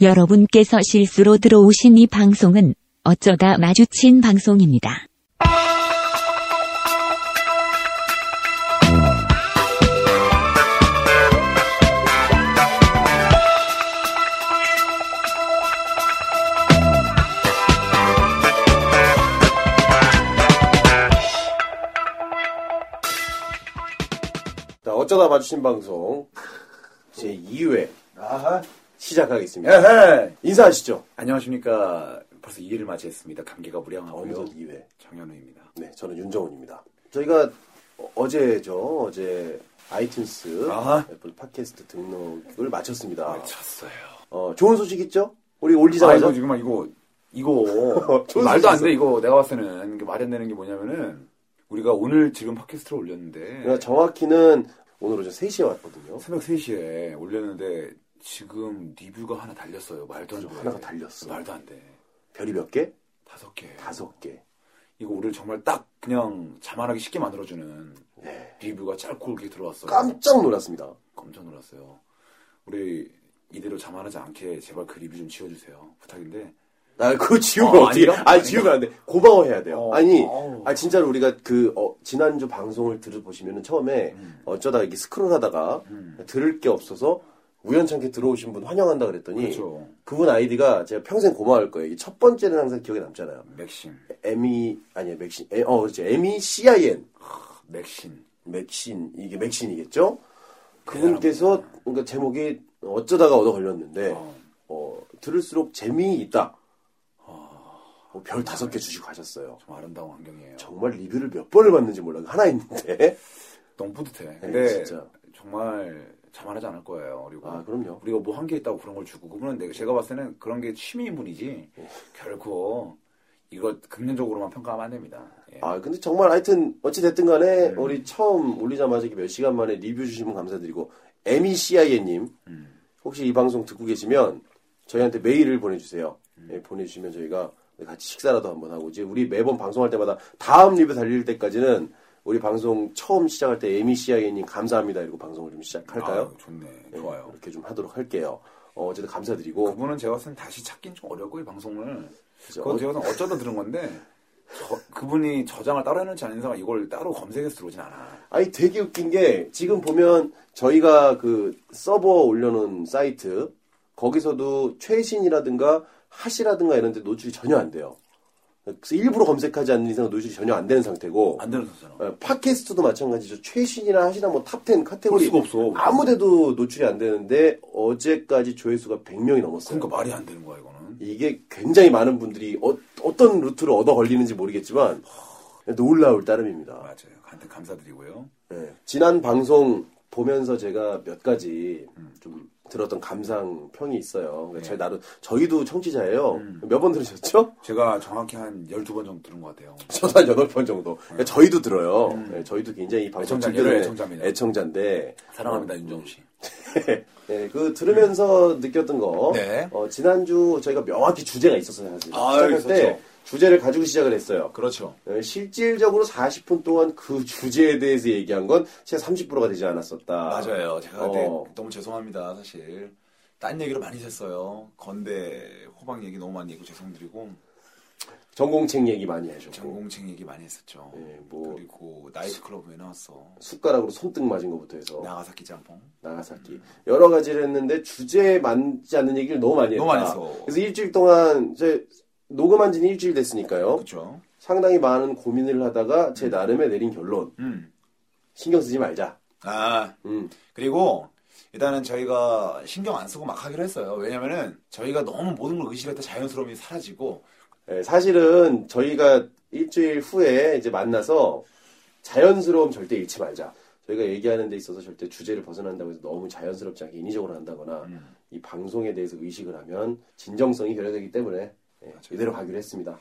여러분께서 실수로 들어오신 이 방송은 어쩌다 마주친 방송입니다. 자, 어쩌다 봐주신 방송 제 2회 아하. 시작하겠습니다. 에헤. 인사하시죠. 안녕하십니까. 벌써 2일을 맞이했습니다. 감기가 무량하고요. 어느덧 뭐. 2회. 정현우입니다. 네, 저는 윤정훈입니다. 저희가 어- 어제죠. 어제 아이튠스 아하. 애플 팟캐스트 등록을 마쳤습니다. 쳤어요. 어, 좋은 소식 있죠? 우리 아, 올리자마자 이거 지금 막 이거 이거 좋은 말도 안 소식 돼. 이거 내가 봤을 때는 이게 말이 안 되는 게 뭐냐면은 우리가 오늘 지금 팟캐스트를 올렸는데 그러니까 정확히는 오늘 오전 3시에 왔거든요. 새벽 3시에 올렸는데 지금 리뷰가 하나 달렸어요. 네. 말도 안 돼. 그렇죠. 하나가 달렸어. 말도 안 돼. 별이 몇 개? 다섯 개. 다섯 개. 네. 이거 우리를 정말 딱 그냥 자만하기 쉽게 만들어주는 리뷰가 짧고 이렇게 들어왔어요. 네. 깜짝 놀랐습니다. 깜짝 놀랐어요. 우리 이대로 자만하지 않게 제발 그 리뷰 좀 지워주세요. 부탁인데. 나 그거 지우면 어, 어, 떻게 아닌가? 아니 아닌가? 지우면 안 돼. 고마워해야 돼요. 어, 아니, 아우. 아 진짜로 우리가 그 어, 지난주 방송을 들어보시면은 처음에 어쩌다 이렇게 스크롤하다가 음. 들을 게 없어서 우연찮게 들어오신 분 환영한다 그랬더니 그렇죠. 분 아이디가 제가 평생 고마워할 거예요. 이첫 번째는 항상 기억에 남잖아요. 맥심, 에미 아니야 맥신, 에, 어 그렇지 에미 CIN 맥신. 맥신 이게 맥신이겠죠? 네, 그분께서 그러니까 제목이 어쩌다가 얻어 걸렸는데 어. 어, 들을수록 재미있다. 뭐별 다섯 개 주시고 하셨어요. 좀 아름다운 환경이에요. 정말 리뷰를 몇 번을 봤는지 몰라. 하나 있는데. 너무 뿌듯해. 네, 근데 진짜. 정말 자만하지 않을 거예요. 그리고 아, 그럼요. 우리가 뭐 한 게 있다고 그런 걸 주고 그분은 내가 제가 봤을 때는 그런 게 취미인 분이지 결코 이거 긍정적으로만 평가하면 안 됩니다. 예. 아, 근데 정말 하여튼 어찌됐든 간에 우리 처음 올리자마자 이렇게 몇 시간 만에 리뷰 주시면 감사드리고, E MECIA님, 혹시 이 방송 듣고 계시면 저희한테 메일을 보내주세요. 예, 보내주시면 저희가 같이 식사라도 한번 하고, 이제 우리 매번 방송할 때마다 다음 리뷰 달릴 때까지는 우리 방송 처음 시작할 때 E MECIA님 감사합니다. 이러고 방송을 좀 시작할까요? 아유, 좋네. 예, 좋아요. 그렇게 좀 하도록 할게요. 어, 어쨌든 감사드리고. 그분은 제가 봤을 땐 다시 찾긴 좀 어려울 거예요, 이 방송을. 그죠? 그건 제가 봤을 땐 어쩌다 들은 건데, 저- 그분이 저장을 따로 해놓지 않은 이상 이걸 따로 검색해서 들어오진 않아. 아니 되게 웃긴 게 지금 보면 저희가 그 서버 올려놓은 사이트 거기서도 최신이라든가 핫이라든가 이런 데 노출이 전혀 안 돼요. 그래서 일부러 검색하지 않는 이상 노출이 전혀 안 되는 상태고 안 되는 소잖아. 어, 팟캐스트도 마찬가지죠. 최신이나 핫이나 뭐탑10 카테고리 볼 수가 없어. 아무데도 노출이 안 되는데 어제까지 조회수가 100명이 넘었어요. 그러니까 말이 안 되는 거야, 이거는. 이게 굉장히 많은 분들이 어, 떤 루트로 얻어 걸리는지 모르겠지만 놀라울 따름입니다. 맞아요. 한테 감사드리고요. 예, 지난 방송 보면서 제가 몇 가지 좀 들었던 감상평이 있어요. 그러니까 예. 저희 나름 저희도 청취자예요. 음. 몇 번 들으셨죠? 제가 정확히 한 12번 정도 들은 것 같아요. 저도 한 여덟 번 정도. 그러니까 저희도 들어요. 예, 저희도 굉장히 이 음. 방송 애청자, 즐겨요. 애청자입니다. 애청자인데 어, 사랑합니다, 윤정우 씨. 예, 그 들으면서 느꼈던 거 네. 어, 지난주 저희가 명확히 주제가 있었어요. 사실. 아, 시작할 때 있었죠. 주제를 가지고 시작을 했어요. 그렇죠. 어, 실질적으로 40분 동안 그 주제에 대해서 얘기한 건 제가 30%가 되지 않았었다. 맞아요. 제가 어. 그때 너무 죄송합니다. 사실 딴 얘기를 많이 했어요. 건대 호박 얘기 너무 많이 했고 죄송드리고 전공책 얘기 많이 하셨고. 전공책 얘기 많이 했었죠. 네, 예, 뭐. 그리고 나이트클럽 왜 나왔어? 숟가락으로 손등 맞은 것부터 해서 나가사키 짬뽕. 나가사키 여러 가지를 했는데 주제에 맞지 않는 얘기를 너무 많이 했다. 너무 많이 했어. 그래서 일주일 동안 제 녹음한 지는 일주일 됐으니까요. 그렇죠. 상당히 많은 고민을 하다가 제 나름의 내린 결론 음. 신경 쓰지 말자. 아 음. 그리고 일단은 저희가 신경 안 쓰고 막 하기로 했어요. 왜냐면은 저희가 너무 모든 걸 의식할 때 자연스러움이 사라지고 예, 사실은 저희가 일주일 후에 이제 만나서 자연스러움 절대 잃지 말자. 저희가 얘기하는 데 있어서 절대 주제를 벗어난다고 해서 너무 자연스럽지 않게 인위적으로 한다거나 음. 이 방송에 대해서 의식을 하면 진정성이 결여되기 때문에 예, 이대로 가기로 했습니다.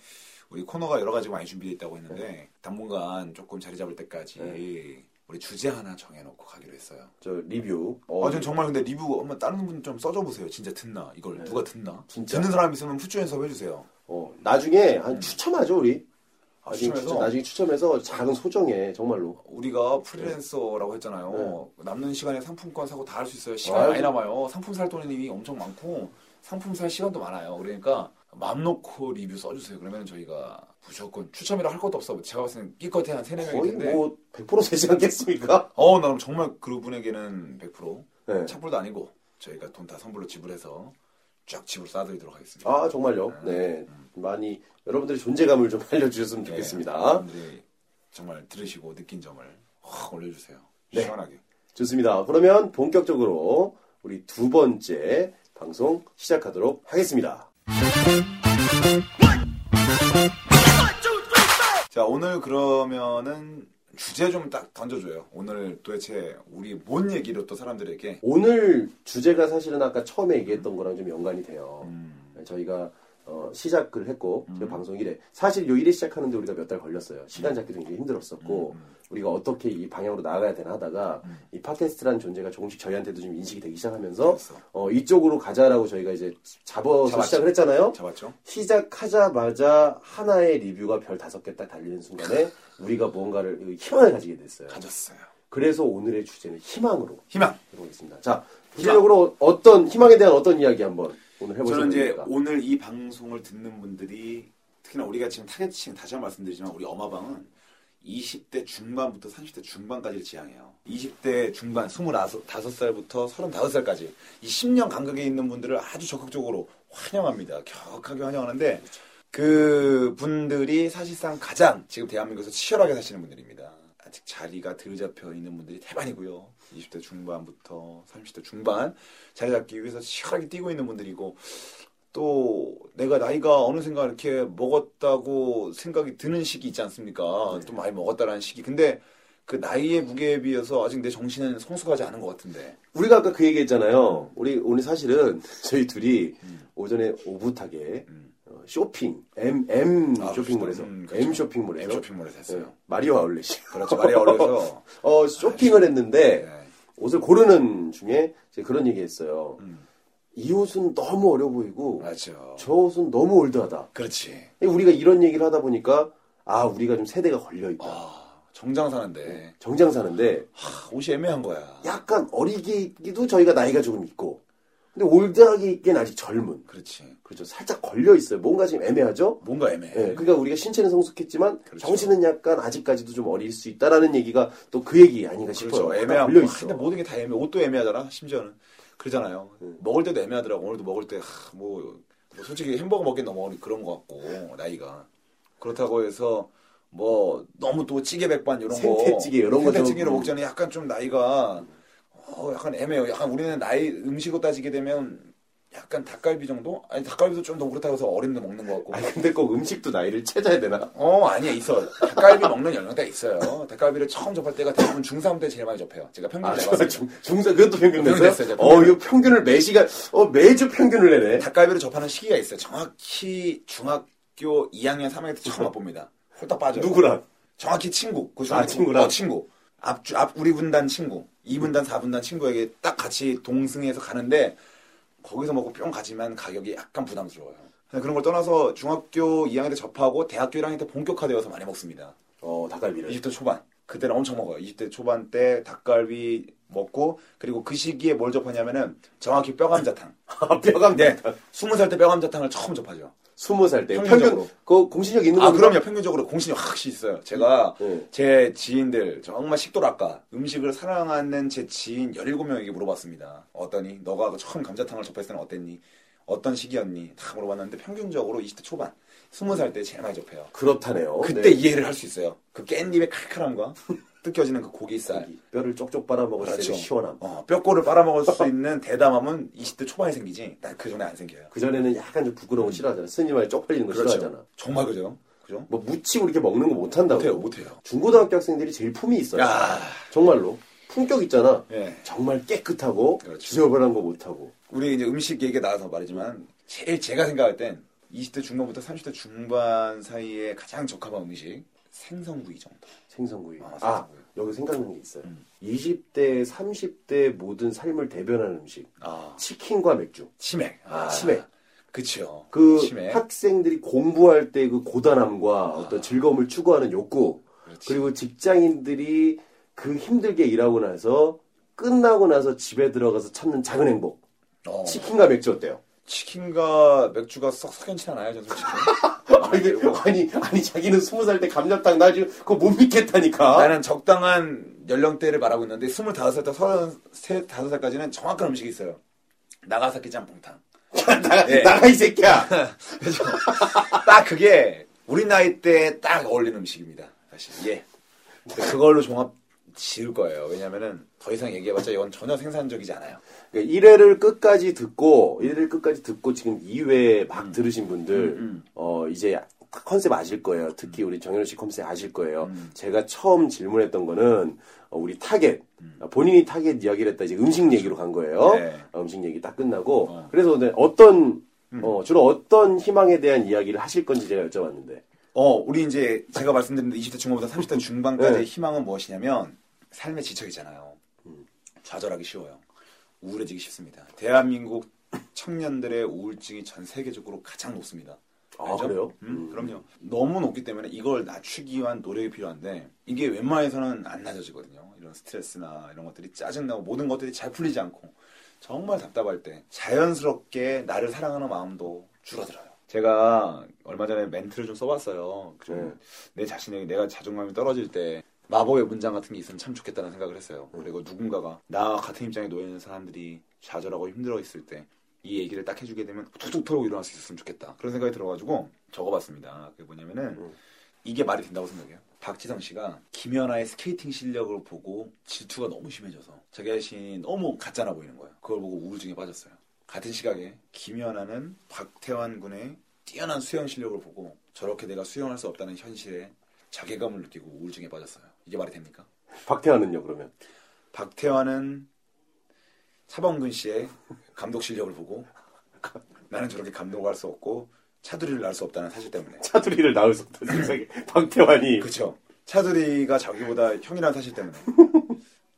우리 코너가 여러 가지 많이 준비되어 있다고 했는데 당분간 조금 자리 잡을 때까지 네. 우리 주제 하나 정해놓고 가기로 했어요. 저 리뷰. 어, 아, 전 정말 근데 리뷰 한번 다른 분 좀 써줘 보세요. 진짜 듣나 이걸 누가 듣나? 네. 진짜. 듣는 사람 있으면 후추연습 해주세요. 어, 나중에 한 추첨하죠 우리. 아, 나중에 음. 추첨해서? 추첨, 나중에 추첨해서 작은 소정에 정말로. 우리가 프리랜서라고 했잖아요. 남는 시간에 상품권 사고 다 할 수 있어요. 시간 네. 아유. 많이 남아요. 상품 살 돈이 엄청 많고 상품 살 시간도 많아요. 그러니까 맘 놓고 리뷰 써주세요. 그러면 저희가 무조건 추첨이라 할 것도 없어. 제가 봤을 땐 끼껏해 한 세네 명일 거의 텐데. 뭐 100% 되지 않겠습니까? 어, 나 정말 그분에게는 100% 네. 착불도 아니고 저희가 돈 다 선불로 지불해서 쫙 집으로 싸드리도록 하겠습니다. 아 정말요. 네 음. 많이 여러분들의 존재감을 좀 알려주셨으면 네, 좋겠습니다. 여러분들이 정말 들으시고 느낀 점을 확 올려주세요. 네. 시원하게. 좋습니다. 그러면 본격적으로 우리 두 번째 방송 시작하도록 하겠습니다. 자, 오늘 그러면은 주제 좀 딱 던져줘요. 오늘 도대체 우리 뭔 얘기로 또 사람들에게 오늘 주제가 사실은 아까 처음에 얘기했던 거랑 좀 연관이 돼요. 음, 저희가 어, 시작을 했고 저희 방송 일회 사실 요 1회 시작하는데 우리가 몇 달 걸렸어요. 시간 잡기도 굉장히 힘들었었고 음. 우리가 어떻게 이 방향으로 나아가야 되나 하다가 음. 이 팟캐스트라는 존재가 조금씩 저희한테도 좀 인식이 되기 시작하면서 그래서 어, 이쪽으로 가자라고 저희가 이제 잡아서 그렇죠. 잡았죠. 시작을 했잖아요. 잡았죠? 시작하자마자 하나의 리뷰가 별 다섯 개 딱 달리는 순간에 우리가 뭔가를 희망을 가지게 됐어요. 가졌어요. 그래서 오늘의 주제는 희망으로 희망. 해보겠습니다. 자, 구체적으로 어떤 희망에 대한 어떤 이야기 한번 오늘 저는 해보시면 이제 됩니다. 오늘 이 방송을 듣는 분들이 특히나 우리가 지금 타겟층 다시 한 번 말씀드리지만 우리 엄마방은 20대 중반부터 30대 중반까지를 지향해요. 20대 중반 25살부터 35살까지 이 10년 간격에 있는 분들을 아주 적극적으로 환영합니다. 격하게 환영하는데 그 분들이 사실상 가장 지금 대한민국에서 치열하게 사시는 분들입니다. 아직 자리가 덜 잡혀 있는 분들이 대반이고요. 20대 중반부터 30대 중반 자리 잡기 위해서 치열하게 뛰고 있는 분들이고 또 내가 나이가 어느샌가 이렇게 먹었다고 생각이 드는 시기 있지 않습니까? 좀 많이 먹었다라는 시기. 근데 그 나이의 무게에 비해서 아직 내 정신은 성숙하지 않은 것 같은데. 우리가 아까 그 얘기했잖아요. 우리 오늘 사실은 저희 둘이 오전에 오붓하게 음. 어, 쇼핑 M M 아, 쇼핑몰에서 음, 그렇죠. M 쇼핑몰에서 쇼핑몰에서 했어요. 네, 마리아 아울렛이 그렇죠. 말이 어려서. 어 쇼핑을 했는데 네. 옷을 고르는 중에 이제 그런 얘기했어요. 음. 이 옷은 너무 어려 보이고 맞죠. 저 옷은 너무 올드하다. 그렇지. 우리가 이런 얘기를 하다 보니까 아 우리가 좀 세대가 걸려 있다. 아, 정장 사는데 정장 사는데 하, 옷이 애매한 네. 거야. 약간 어리기도 저희가 나이가 조금 있고 근데 올드하게 있기엔 아직 젊은 그렇지. 그렇죠 살짝 걸려 있어요 뭔가 지금 애매하죠 뭔가 애매해. 예, 그러니까 우리가 신체는 성숙했지만 네. 그렇죠. 정신은 약간 아직까지도 좀 어릴 수 있다라는 얘기가 또 그 얘기 아닌가 싶어요 그렇죠. 약간 애매하고. 걸려 아, 있어 근데 모든 게 다 애매해. 옷도 애매하잖아. 심지어는. 그러잖아요. 음. 먹을 때도 애매하더라고. 오늘도 먹을 때, 하, 뭐, 뭐 솔직히 햄버거 먹긴 너무 그런 것 같고, 나이가. 그렇다고 해서, 뭐, 너무 또 찌개 백반 이런 거. 생태찌개 이런 음. 거 좀- 생태찌개를 먹자니 약간 좀 나이가, 어, 약간 애매해요. 약간 우리는 나이, 음식으로 따지게 되면, 약간 닭갈비 정도? 아니, 닭갈비도 좀 더 그렇다고 해서 어림도 먹는 것 같고. 아니 근데 꼭 음식도 나이를 찾아야 되나 어, 아니야, 있어. 닭갈비 먹는 연령대가 있어요. 닭갈비를 처음 접할 때가 대부분 중3 때 제일 많이 접해요. 제가 평균 아, 내봤을 때. 중, 중사 그것도 평균 네, 평균 냈어요? 냈어요, 제가 어 이거 평균을 매 시간 어 매주 평균을 내네 닭갈비를 접하는 시기가 있어요. 정확히 중학교 2학년, 3학년 때 처음 맛봅니다. 홀딱 빠져요. 누구랑 정확히 친구. 그 아, 친구랑? 어, 친구. 앞, 주- 앞 우리 분단 친구. 2분단, 4분단 친구에게 딱 같이 동승해서 가는데 거기서 먹고 뿅 가지만 가격이 약간 부담스러워요. 그냥 그런 걸 떠나서 중학교 2학년 때 접하고 대학교 1학년 때 본격화되어서 많이 먹습니다. 어 닭갈비를 20대 초반. 그때는 엄청 먹어요. 20대 초반 때 닭갈비 먹고 그리고 그 시기에 뭘 접하냐면은 정확히 뼈감자탕. 아, 뼈가 네. 20살 때 뼈감자탕을 처음 접하죠. 스무 살 때 평균 평균적으로. 그 공신력 있는 아, 거구나. 그럼요. 평균적으로 공신이 확실히 있어요. 제가 네. 제 지인들, 정말 식도락가, 음식을 사랑하는 제 지인 17명에게 물어봤습니다. 어떠니? 너가 그 처음 감자탕을 접했을 때는 어땠니? 어떤 시기였니? 다 물어봤는데 평균적으로 20대 초반, 20살 때 제일 많이 접해요. 그렇다네요. 그때 네. 이해를 할 수 있어요. 그 깻잎의 칼칼함과 뜯겨지는 그 고기살. 고기, 뼈를 쪽쪽 빨아먹을 때 그렇죠. 시원함. 어, 뼈골을 빨아먹을 수 있는 대담함은 20대 초반에 생기지. 난 그 전에 안 생겨요. 그 전에는 약간 좀 부끄러운 거 싫어하잖아. 스님한테 쪽팔리는 거 그렇죠. 싫어하잖아. 정말 그죠? 그죠? 뭐 묻히고 이렇게 먹는 거 못한다고. 못해요, 못해요. 중고등학교 학생들이 제일 품이 있어요. 야. 정말로 품격 있잖아. 예. 정말 깨끗하고 그렇죠. 지저분한 거 못하고. 우리 이제 음식 얘기가 나와서 말이지만 제일 제가 생각할 땐 20대 중반부터 30대 중반 사이에 가장 적합한 음식 생선구이 정도. 생선구이. 아, 아, 생선구이. 음. 여기 생각난 게 있어요. 20대, 30대 모든 삶을 대변하는 음식. 아 치킨과 맥주. 치맥. 아, 치맥. 그치요. 그 치맥. 학생들이 공부할 때 그 고단함과 어떤 즐거움을 추구하는 욕구 아. 그렇지. 그리고 직장인들이 그 힘들게 일하고 나서 끝나고 나서 집에 들어가서 찾는 작은 행복 어, 치킨과 맥주 어때요? 치킨과 맥주가 썩 석연치 않아요, 저는 솔직히. 아니, 아니, 아니, 자기는 스무 살 때 감자탕 나 지금 그거 못 믿겠다니까. 나는 적당한 연령대를 말하고 있는데 25살 때 35살까지는 정확한 음식이 있어요. 나가사키 짬뽕탕. 나, 예. 나가 이 새끼야. 딱 그게 우리 나이 때 딱 어울리는 음식입니다. 사실. 예. 근데 그걸로 종합 지을 거예요. 왜냐면은 더 이상 얘기해봤자 이건 전혀 생산적이지 않아요. 그러니까 1회를 끝까지 듣고, 1회를 끝까지 듣고 지금 2회 막 음. 들으신 분들, 어, 이제 컨셉 아실 거예요. 특히 음. 우리 정현우 씨 컨셉 아실 거예요. 제가 처음 질문했던 거는, 어, 우리 타겟, 어, 본인이 타겟 이야기를 했다. 이제 음식 얘기로 간 거예요. 음. 네. 어. 어, 음식 얘기 딱 끝나고. 그래서 오늘 어떤, 음. 어, 주로 어떤 희망에 대한 이야기를 하실 건지 제가 여쭤봤는데. 어, 우리 이제 제가 말씀드린 20대 중반부터 30대 중반까지의 네. 희망은 무엇이냐면 삶의 지척이잖아요. 음. 좌절하기 쉬워요. 우울해지기 쉽습니다. 대한민국 청년들의 우울증이 전 세계적으로 가장 높습니다. 아, 그래요? 음, 그럼요. 너무 높기 때문에 이걸 낮추기 위한 노력이 필요한데 이게 웬만해서는 안 낮아지거든요. 이런 스트레스나 이런 것들이 짜증나고 모든 것들이 잘 풀리지 않고 정말 답답할 때 자연스럽게 나를 사랑하는 마음도 줄어들어요. 제가 얼마 전에 멘트를 좀 써봤어요. 네. 좀 내 자신에게 내가 자존감이 떨어질 때 마법의 문장 같은 게 있으면 참 좋겠다는 생각을 했어요. 그리고 누군가가 나와 같은 입장에 놓여 있는 사람들이 좌절하고 힘들어 있을 때 이 얘기를 딱 해주게 되면 툭툭 털고 일어날 수 있었으면 좋겠다. 그런 생각이 들어가지고 적어봤습니다. 그게 뭐냐면은 음. 이게 말이 된다고 생각해요. 박지성 씨가 김연아의 스케이팅 실력을 보고 질투가 너무 심해져서 자기 자신이 너무 가짜나 보이는 거예요. 그걸 보고 우울증에 빠졌어요. 같은 시각에 김연아는 박태환 군의 뛰어난 수영 실력을 보고 저렇게 내가 수영할 수 없다는 현실에 자괴감을 느끼고 우울증에 빠졌어요. 이게 말이 됩니까? 박태환은요, 그러면? 박태환은 차범근 씨의 감독 실력을 보고 나는 저렇게 감독할 수 없고 차두리를 날 수 없다는 사실 때문에 차두리를 낳을 수 없다 세상에 박태환이 그렇죠 차두리가 자기보다 형이라는 사실 때문에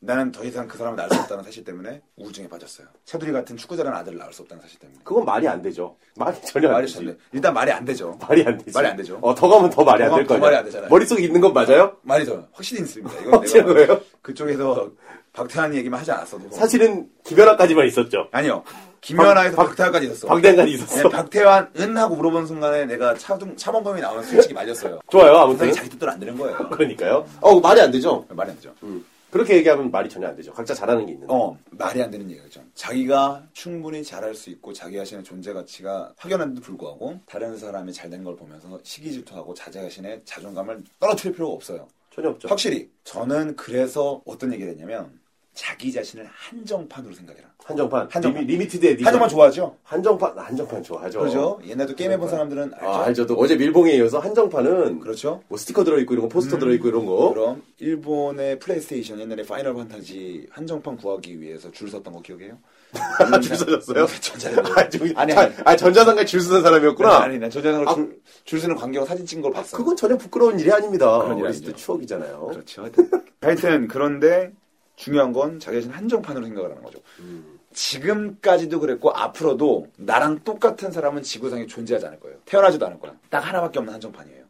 나는 더 이상 그 사람을 낳을 수 없다는 사실 때문에 우울증에 빠졌어요 차두리 같은 축구 잘하는 아들을 낳을 수 없다는 사실 때문에 그건 말이 안 되죠 말이 전혀 안 말이 되지 전 일단 말이 안 되죠 말이 안 되지 말이 안 되죠. 어, 더 가면 더 말이 안 더 될 가면 더 거예요 말이 안 되잖아요. 머릿속에 있는 건 맞아요? 말이 더 확실히 있습니다 이건 확실한 내가 거예요? 그쪽에서 박태환 얘기만 하지 않았어도 사실은 김연아까지만 있었죠 아니요 김연아에서 박- 박태환까지 있었어 박대환까지 있었어 네, 박태환 은 하고 물어본 순간에 내가 차동 차범범이 나오면 솔직히 말렸어요. 좋아요 아무튼 분명히 자기 뜻대로 안 되는 거예요. 네? 그러니까요 어 말이 안 되죠 말이 안 되죠. 음. 그렇게 얘기하면 말이 전혀 안 되죠 각자 잘하는 게 있는데 어 말이 안 되는 얘기죠. 자기가 충분히 잘할 수 있고 자기 자신의 존재 가치가 확연한데도 불구하고 다른 사람이 잘 된 걸 보면서 시기 질투하고 자기 자신의 자존감을 떨어뜨릴 필요가 없어요. 전혀 없죠 확실히 저는 그래서 어떤 얘기를 했냐면 자기 자신을 한정판으로 생각해라. 한정판 한정판. 리미, 티드에 한정판 좋아하죠? 한정판 한정판 좋아하죠 그렇죠. 옛날에도 게임 해본 사람들은 알죠. 아 알죠 또 어제 밀봉에 이어서 한정판은 그렇죠. 음. 뭐 스티커 들어있고 이런 거 포스터 들어있고 이런 거 그럼 일본의 플레이스테이션 옛날에 파이널 판타지 한정판 구하기 위해서 줄 섰던 거 기억해요? 아, 음, 네. 줄 서셨어요? 전자상으로. 아, 저기- 아니, 자- 아니. 아, 전자상가에 줄 서는 사람이었구나 네, 아니, 난 전자상으로 아. 줄, 줄 서는 광경 사진 찍은 걸 봤어. 그건 전혀 부끄러운 일이 아닙니다. 그런 일이 어렸을 때 아니죠. 추억이잖아요. 그렇죠. 하여튼 그런데 중요한 건 자기 자신 한정판으로 생각을 하는 거죠. 음. 지금까지도 그랬고 앞으로도 나랑 똑같은 사람은 지구상에 존재하지 않을 거예요. 태어나지도 않을 거야. 딱 하나밖에 없는 한정판이에요.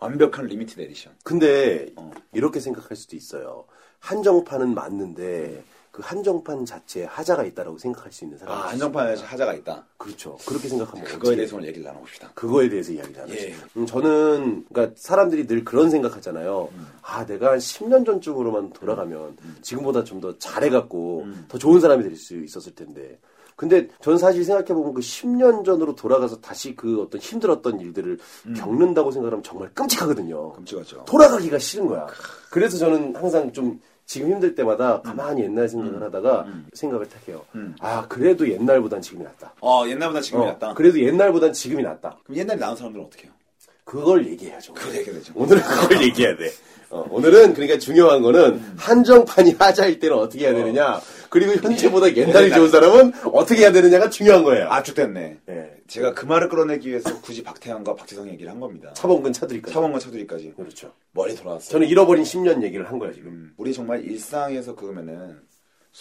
완벽한 리미티드 에디션. 근데 어. 이렇게 생각할 수도 있어요. 한정판은 맞는데 그 한정판 자체에 하자가 있다라고 생각할 수 있는 사람. 아, 한정판에서 하자가 있다. 그렇죠. 그렇게 생각하면 그거에 어떻게 대해서 오늘 얘기를 나눠봅시다. 그거에 대해서 이야기를 하죠. 예. 음, 저는 그러니까 사람들이 늘 그런 생각하잖아요. 음. 아 내가 한 10년 전쯤으로만 돌아가면 지금보다 좀 더 잘해갖고 음. 더 좋은 사람이 될 수 있었을 텐데. 근데 전 사실 생각해보면 그 10년 전으로 돌아가서 다시 그 어떤 힘들었던 일들을 겪는다고 생각하면 정말 끔찍하거든요. 음. 끔찍하죠. 돌아가기가 싫은 거야. 그래서 저는 항상 좀 지금 힘들 때마다 음. 가만히 옛날 생각을 하다가 생각을 탁 해요. 아, 그래도 옛날보단 지금이 낫다. 어, 옛날보다 음. 지금이 어, 낫다. 그래도 옛날보단 지금이 낫다. 그럼 옛날에 나온 사람들은 어떻게 해요? 그걸 얘기해야죠. 그걸 얘기해야 되죠. 오늘은 그걸 얘기해야 돼. 어, 오늘은 그러니까 중요한 거는 음. 한정판이 하자일 때는 어떻게 해야 되느냐 그리고 현재보다 옛날이 좋은 사람은 어떻게 해야 되느냐가 중요한 거예요. 네. 아, 죽됐네. 예. 제가 그 말을 끌어내기 위해서 굳이 박태환과 박지성 얘기를 한 겁니다. 차범근 차드릴까요? 차범근 차두리까지 그렇죠. 머리 돌아왔어요. 저는 잃어버린 10년 얘기를 한 거야 지금. 음, 우리 정말 일상에서 그러면은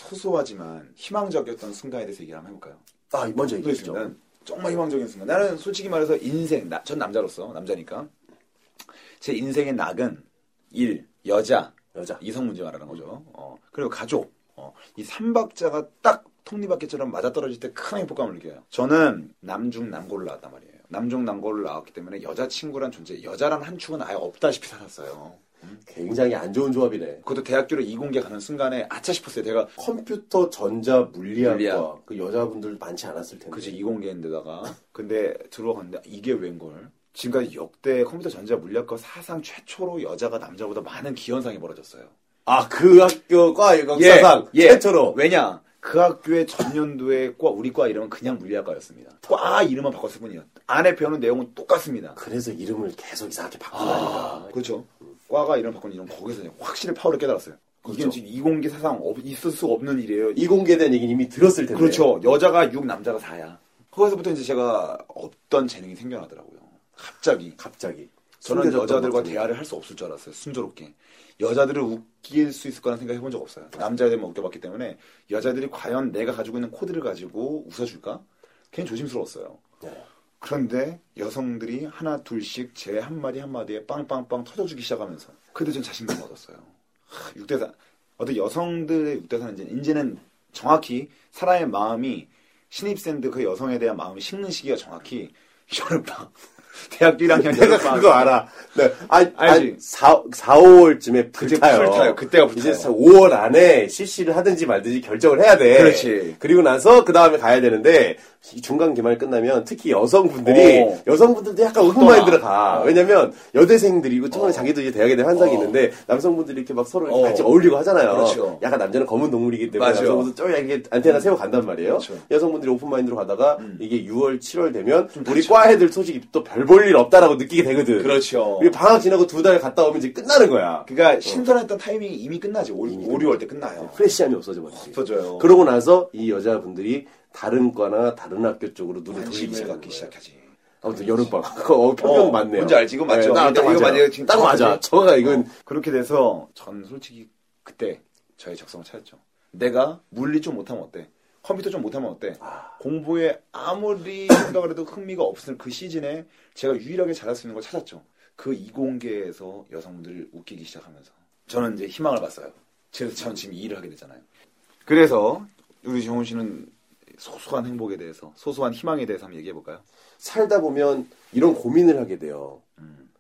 소소하지만 희망적이었던 순간에 대해서 얘기를 한번 해볼까요? 아 먼저 또 얘기했죠. 있습니다. 난 정말 희망적인 순간. 나는 솔직히 말해서 인생, 나, 전 남자로서, 남자니까. 제 인생의 낙은 일, 여자, 여자. 이성 문제 말하는 거죠. 어, 그리고 가족. 어, 이 삼박자가 딱 톱니바퀴처럼 맞아떨어질 때 큰 행복감을 느껴요. 저는 남중 남고를 나왔단 말이에요. 남중 남고를 나왔기 때문에 여자친구란 존재, 여자란 한 축은 아예 없다시피 살았어요. 굉장히 안 좋은 조합이네. 그것도 대학교를 이공계 가는 순간에 아차 싶었어요. 내가 컴퓨터 전자 물리학과 물리학. 그 여자분들 많지 않았을 텐데. 그지 이공계인데다가 근데 들어갔는데 이게 웬걸? 지금까지 역대 컴퓨터 전자 물리학과 사상 최초로 여자가 남자보다 많은 기현상이 벌어졌어요. 아 그 학교과 이거 사상 최초로 예, 왜냐 그 학교의 전년도의 과 우리 과 이름은 그냥 물리학과였습니다. 과 이름만 바꿨을 뿐이에요. 안에 배우는 내용은 똑같습니다. 그래서 이름을 계속 이상하게 바꾸다니까. 그렇죠. 과가 이름 바꾼 이름 거기서 그냥 확실히 파워를 깨달았어요. 이게 그렇죠. 지금 이공계 사상 없- 있을 수 없는 일이에요. 이- 이공개된 얘기는 이미 들었을 텐데. 그렇죠. 여자가 6, 남자가 4야. 거기서부터 이제 제가 없던 재능이 생겨나더라고요. 갑자기. 갑자기. 저는 숨겨졌던 여자들과 것처럼. 대화를 할 수 없을 줄 알았어요. 순조롭게. 여자들을 웃길 수 있을 거라는 생각 해본 적 없어요. 남자애들만 웃겨봤기 때문에 여자들이 과연 내가 가지고 있는 코드를 가지고 웃어줄까? 괜히 조심스러웠어요. 네. 그런데 여성들이 하나 둘씩 제 한마디 한마디에 빵빵빵 터져주기 시작하면서 그때 좀 자신감 얻었어요. 하, 육대사 어떤 여성들의 육대사는 이제 이제는 정확히 사람의 마음이 신입생들 그 여성에 대한 마음이 식는 시기가 정확히 여름방 대학교 1학년 내가 여름방 그거 알아. 네. 아, 알지? 아, 4, 4, 5월쯤에 그때 불타요. 불타요. 그때가 불타요. 이제 5월 안에 CC를 하든지 말든지 결정을 해야 돼. 그렇지. 그리고 나서 그 다음에 가야 되는데, 이 중간 기말 끝나면 특히 여성분들이, 어. 여성분들도 약간 훅 오픈 마인드로 떠나. 가. 어. 왜냐면 여대생들이, 이거 처음에 자기도 이제 대학에 대한 환상이 어. 있는데, 남성분들이 이렇게 막 서로 어. 같이 어울리고 하잖아요. 그렇죠. 약간 남자는 검은 동물이기 때문에 맞아요. 음. 남성분들 좀 이렇게 안테나 세워 간단 말이에요. 그렇죠. 여성분들이 오픈 마인드로 가다가 이게 6월, 7월 되면 우리 음. 다치죠. 과 애들 소식이 또 별 볼 일 없다라고 느끼게 되거든. 그렇죠. 그리고 방학 지나고 두 달 갔다 오면 이제 끝나는 거야. 그러니까 신선했던 타이밍이 이미 끝나지. 올, 오 6월 때 끝나요. 프레시함이 없어져 버리지. 없어져요. 그러고 나서 이 여자분들이 다른 과나 다른 학교 쪽으로 눈을 돌리기 관심을 시작한 갖기 거야. 시작하지. 아무튼 여름방. 그거 어, 평균 어, 맞네요. 뭔지 알지? 이거 맞죠? 나, 딱 이거 맞아. 만약에 지금 딱 맞아. 정확하게- 저가 이건 어, 그렇게 돼서 전 솔직히 그때 저의 적성을 찾았죠. 내가 물리 좀 못하면 어때? 컴퓨터 좀 못하면 어때? 아. 공부에 아무리 생각을 해도 흥미가 없을 그 시즌에 제가 유일하게 잘할 수 있는 걸 찾았죠. 그 이공계에서 여성분들을 웃기기 시작하면서 저는 이제 희망을 봤어요. 그래서 저는 지금 이 일을 하게 되잖아요. 그래서 우리 정훈 씨는 소소한 행복에 대해서 소소한 희망에 대해서 한번 얘기해 볼까요? 살다 보면 이런 고민을 하게 돼요.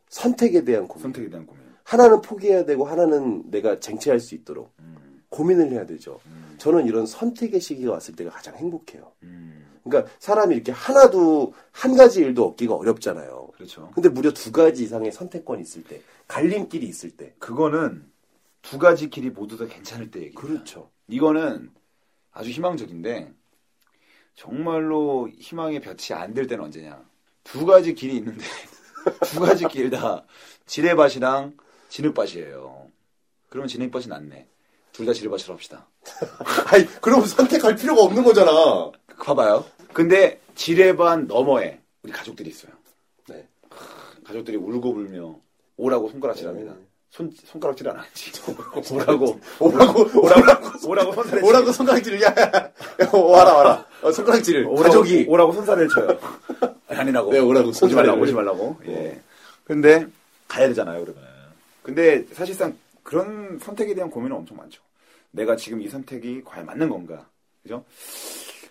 선택에 대한 음, 고민. 선택에 대한 고민. 하나는 포기해야 되고 하나는 내가 쟁취할 수 있도록 음, 고민을 해야 되죠. 저는 이런 선택의 시기가 왔을 때가 가장 행복해요. 음, 그러니까 사람이 이렇게 하나도 한 가지 일도 얻기가 어렵잖아요. 그렇죠. 근데 무려 두 가지 이상의 선택권이 있을 때, 갈림길이 있을 때. 그거는 두 가지 길이 모두 다 괜찮을 때 얘기입니다. 그렇죠. 이거는 아주 희망적인데 정말로 희망의 볕이 안 될 때는 언제냐? 두 가지 길이 있는데 두 가지 길 다 지뢰밭이랑 진흙밭이에요. 그러면 진흙밭이 낫네. 둘 다 지뢰밭으로 합시다. 아니, 그럼 선택할 필요가 없는 거잖아. 봐봐요. 근데 지뢰밭 너머에 우리 가족들이 있어요. 네. 가족들이 울고 불며 오라고 손가락질합니다. 네. 손 손가락질 안 하지. 오라고 오라고, 오라고, 오라고 손사래. 오라고 손가락질을, 야, 야, 야, 와라, 와라. 어, 손가락질을. 가족이. 오라고 손사래를 쳐요. 아니라고. 네, 오라고 오지 손사래를. 말라고 오지 말라고. 예. 근데 가야 되잖아요, 그러면. 근데 사실상 그런 선택에 대한 고민은 엄청 많죠. 내가 지금 이 선택이 과연 맞는 건가? 그죠?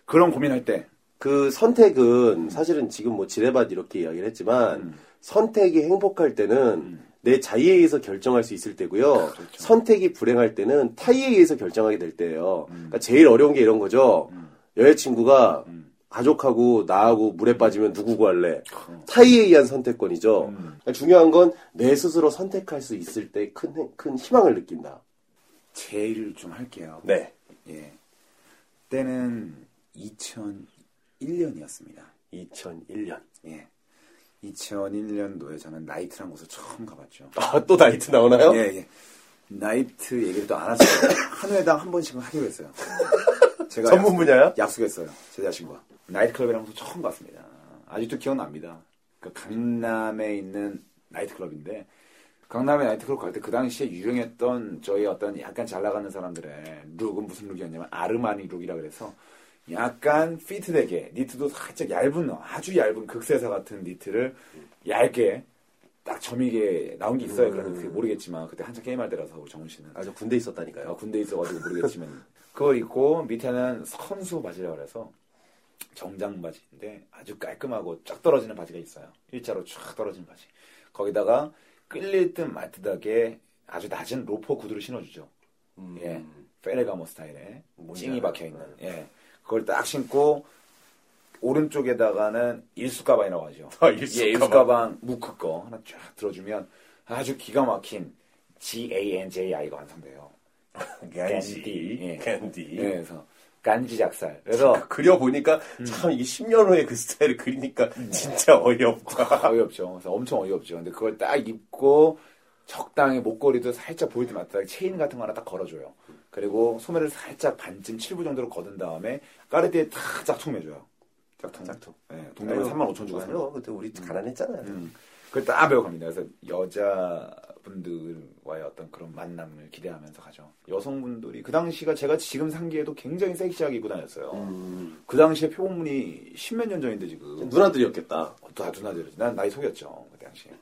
그런 고민할 때 그 선택은 사실은 지금 뭐 지뢰밭 이렇게 이야기를 했지만 선택이 행복할 때는 내 자의에 의해서 결정할 수 있을 때고요. 선택이 불행할 때는 타의에 의해서 결정하게 될 때예요. 그러니까 제일 어려운 게 이런 거죠. 여자친구가 음, 가족하고 나하고 물에 빠지면 누구 구할래? 어, 타의에 의한 선택권이죠. 그러니까 중요한 건 내 스스로 선택할 수 있을 때 큰 큰 희망을 느낀다. 제의를 좀 할게요. 네. 예. 때는 2001년이었습니다. 2001년. 예. 2001년도에 저는 나이트란 곳을 처음 가봤죠. 아, 또 나이트 나오나요? 예, 예. 나이트 얘기를 또 안 하셨어요. 한 회당 한 번씩은 하기로 했어요. 제가 전문 분야요? 약속, 했어요제 자신과. 나이트클럽이라면서 처음 갔습니다. 아직도 기억납니다. 그 강남에 있는 나이트클럽인데, 강남에 나이트클럽 갈 때 그 당시에 유행했던 저희 어떤 약간 잘 나가는 사람들의 룩은 무슨 룩이었냐면 아르마니 룩이라 그래서 약간 피트되게 니트도 살짝 얇은 아주 얇은 극세사 같은 니트를 얇게 딱 점이게 나온 게 있어요. 그래서 어떻게 모르겠지만 그때 한참 게임할 때라서 우리 정훈 씨는 아저 군대 에 아, 있었다니까요. 군대 있어가지고 모르겠지만 그걸 입고 밑에는 선수 바지라고 해서 정장 바지인데 아주 깔끔하고 쫙 떨어지는 바지가 있어요. 일자로 쫙 떨어지는 바지. 거기다가 끌릴 듯 말 듯하게 아주 낮은 로퍼 구두를 신어주죠. 음. 예, 페레가모 스타일의 뭔지 찡이 알아요. 박혀 있는. 예, 그걸 딱 신고 오른쪽에다가는 일수 가방이라고 하죠. 아, 일수 예, 일수 가방. 가방 무크 거 하나 쫙 들어주면 아주 기가 막힌 G A N J I가 완성돼요. 겐디. 예. 겐디. 예, 그래서 간지 작살. 그래서 그려 보니까 음. 참 이게 10년 후에 그 스타일을 그리니까 진짜 어이없다. 어이없죠. 그래서 엄청 어이없죠. 근데 그걸 딱 입고 적당히 목걸이도 살짝 보일 때 맞다. 체인 같은 거 하나 딱 걸어줘요. 그리고 소매를 살짝 반쯤 7부 정도로 걷은 다음에 까르띠에 탁 짝퉁 매줘요. 짝퉁. 짝퉁. 예, 동네에 3만 5천 주고 삽니다. 맞아요. 그때 우리 음. 가난했잖아요. 그걸 딱 배워갑니다. 그래서 여자분들과의 어떤 그런 만남을 기대하면서 가죠. 여성분들이 그 당시가 제가 지금 상기에도 굉장히 섹시하게 입고 다녔어요. 음. 그 당시에 표본문이 십몇 년 전인데 지금 누나들이었겠다. 다 누나들이지. 난 나이 속였죠 그 당시에.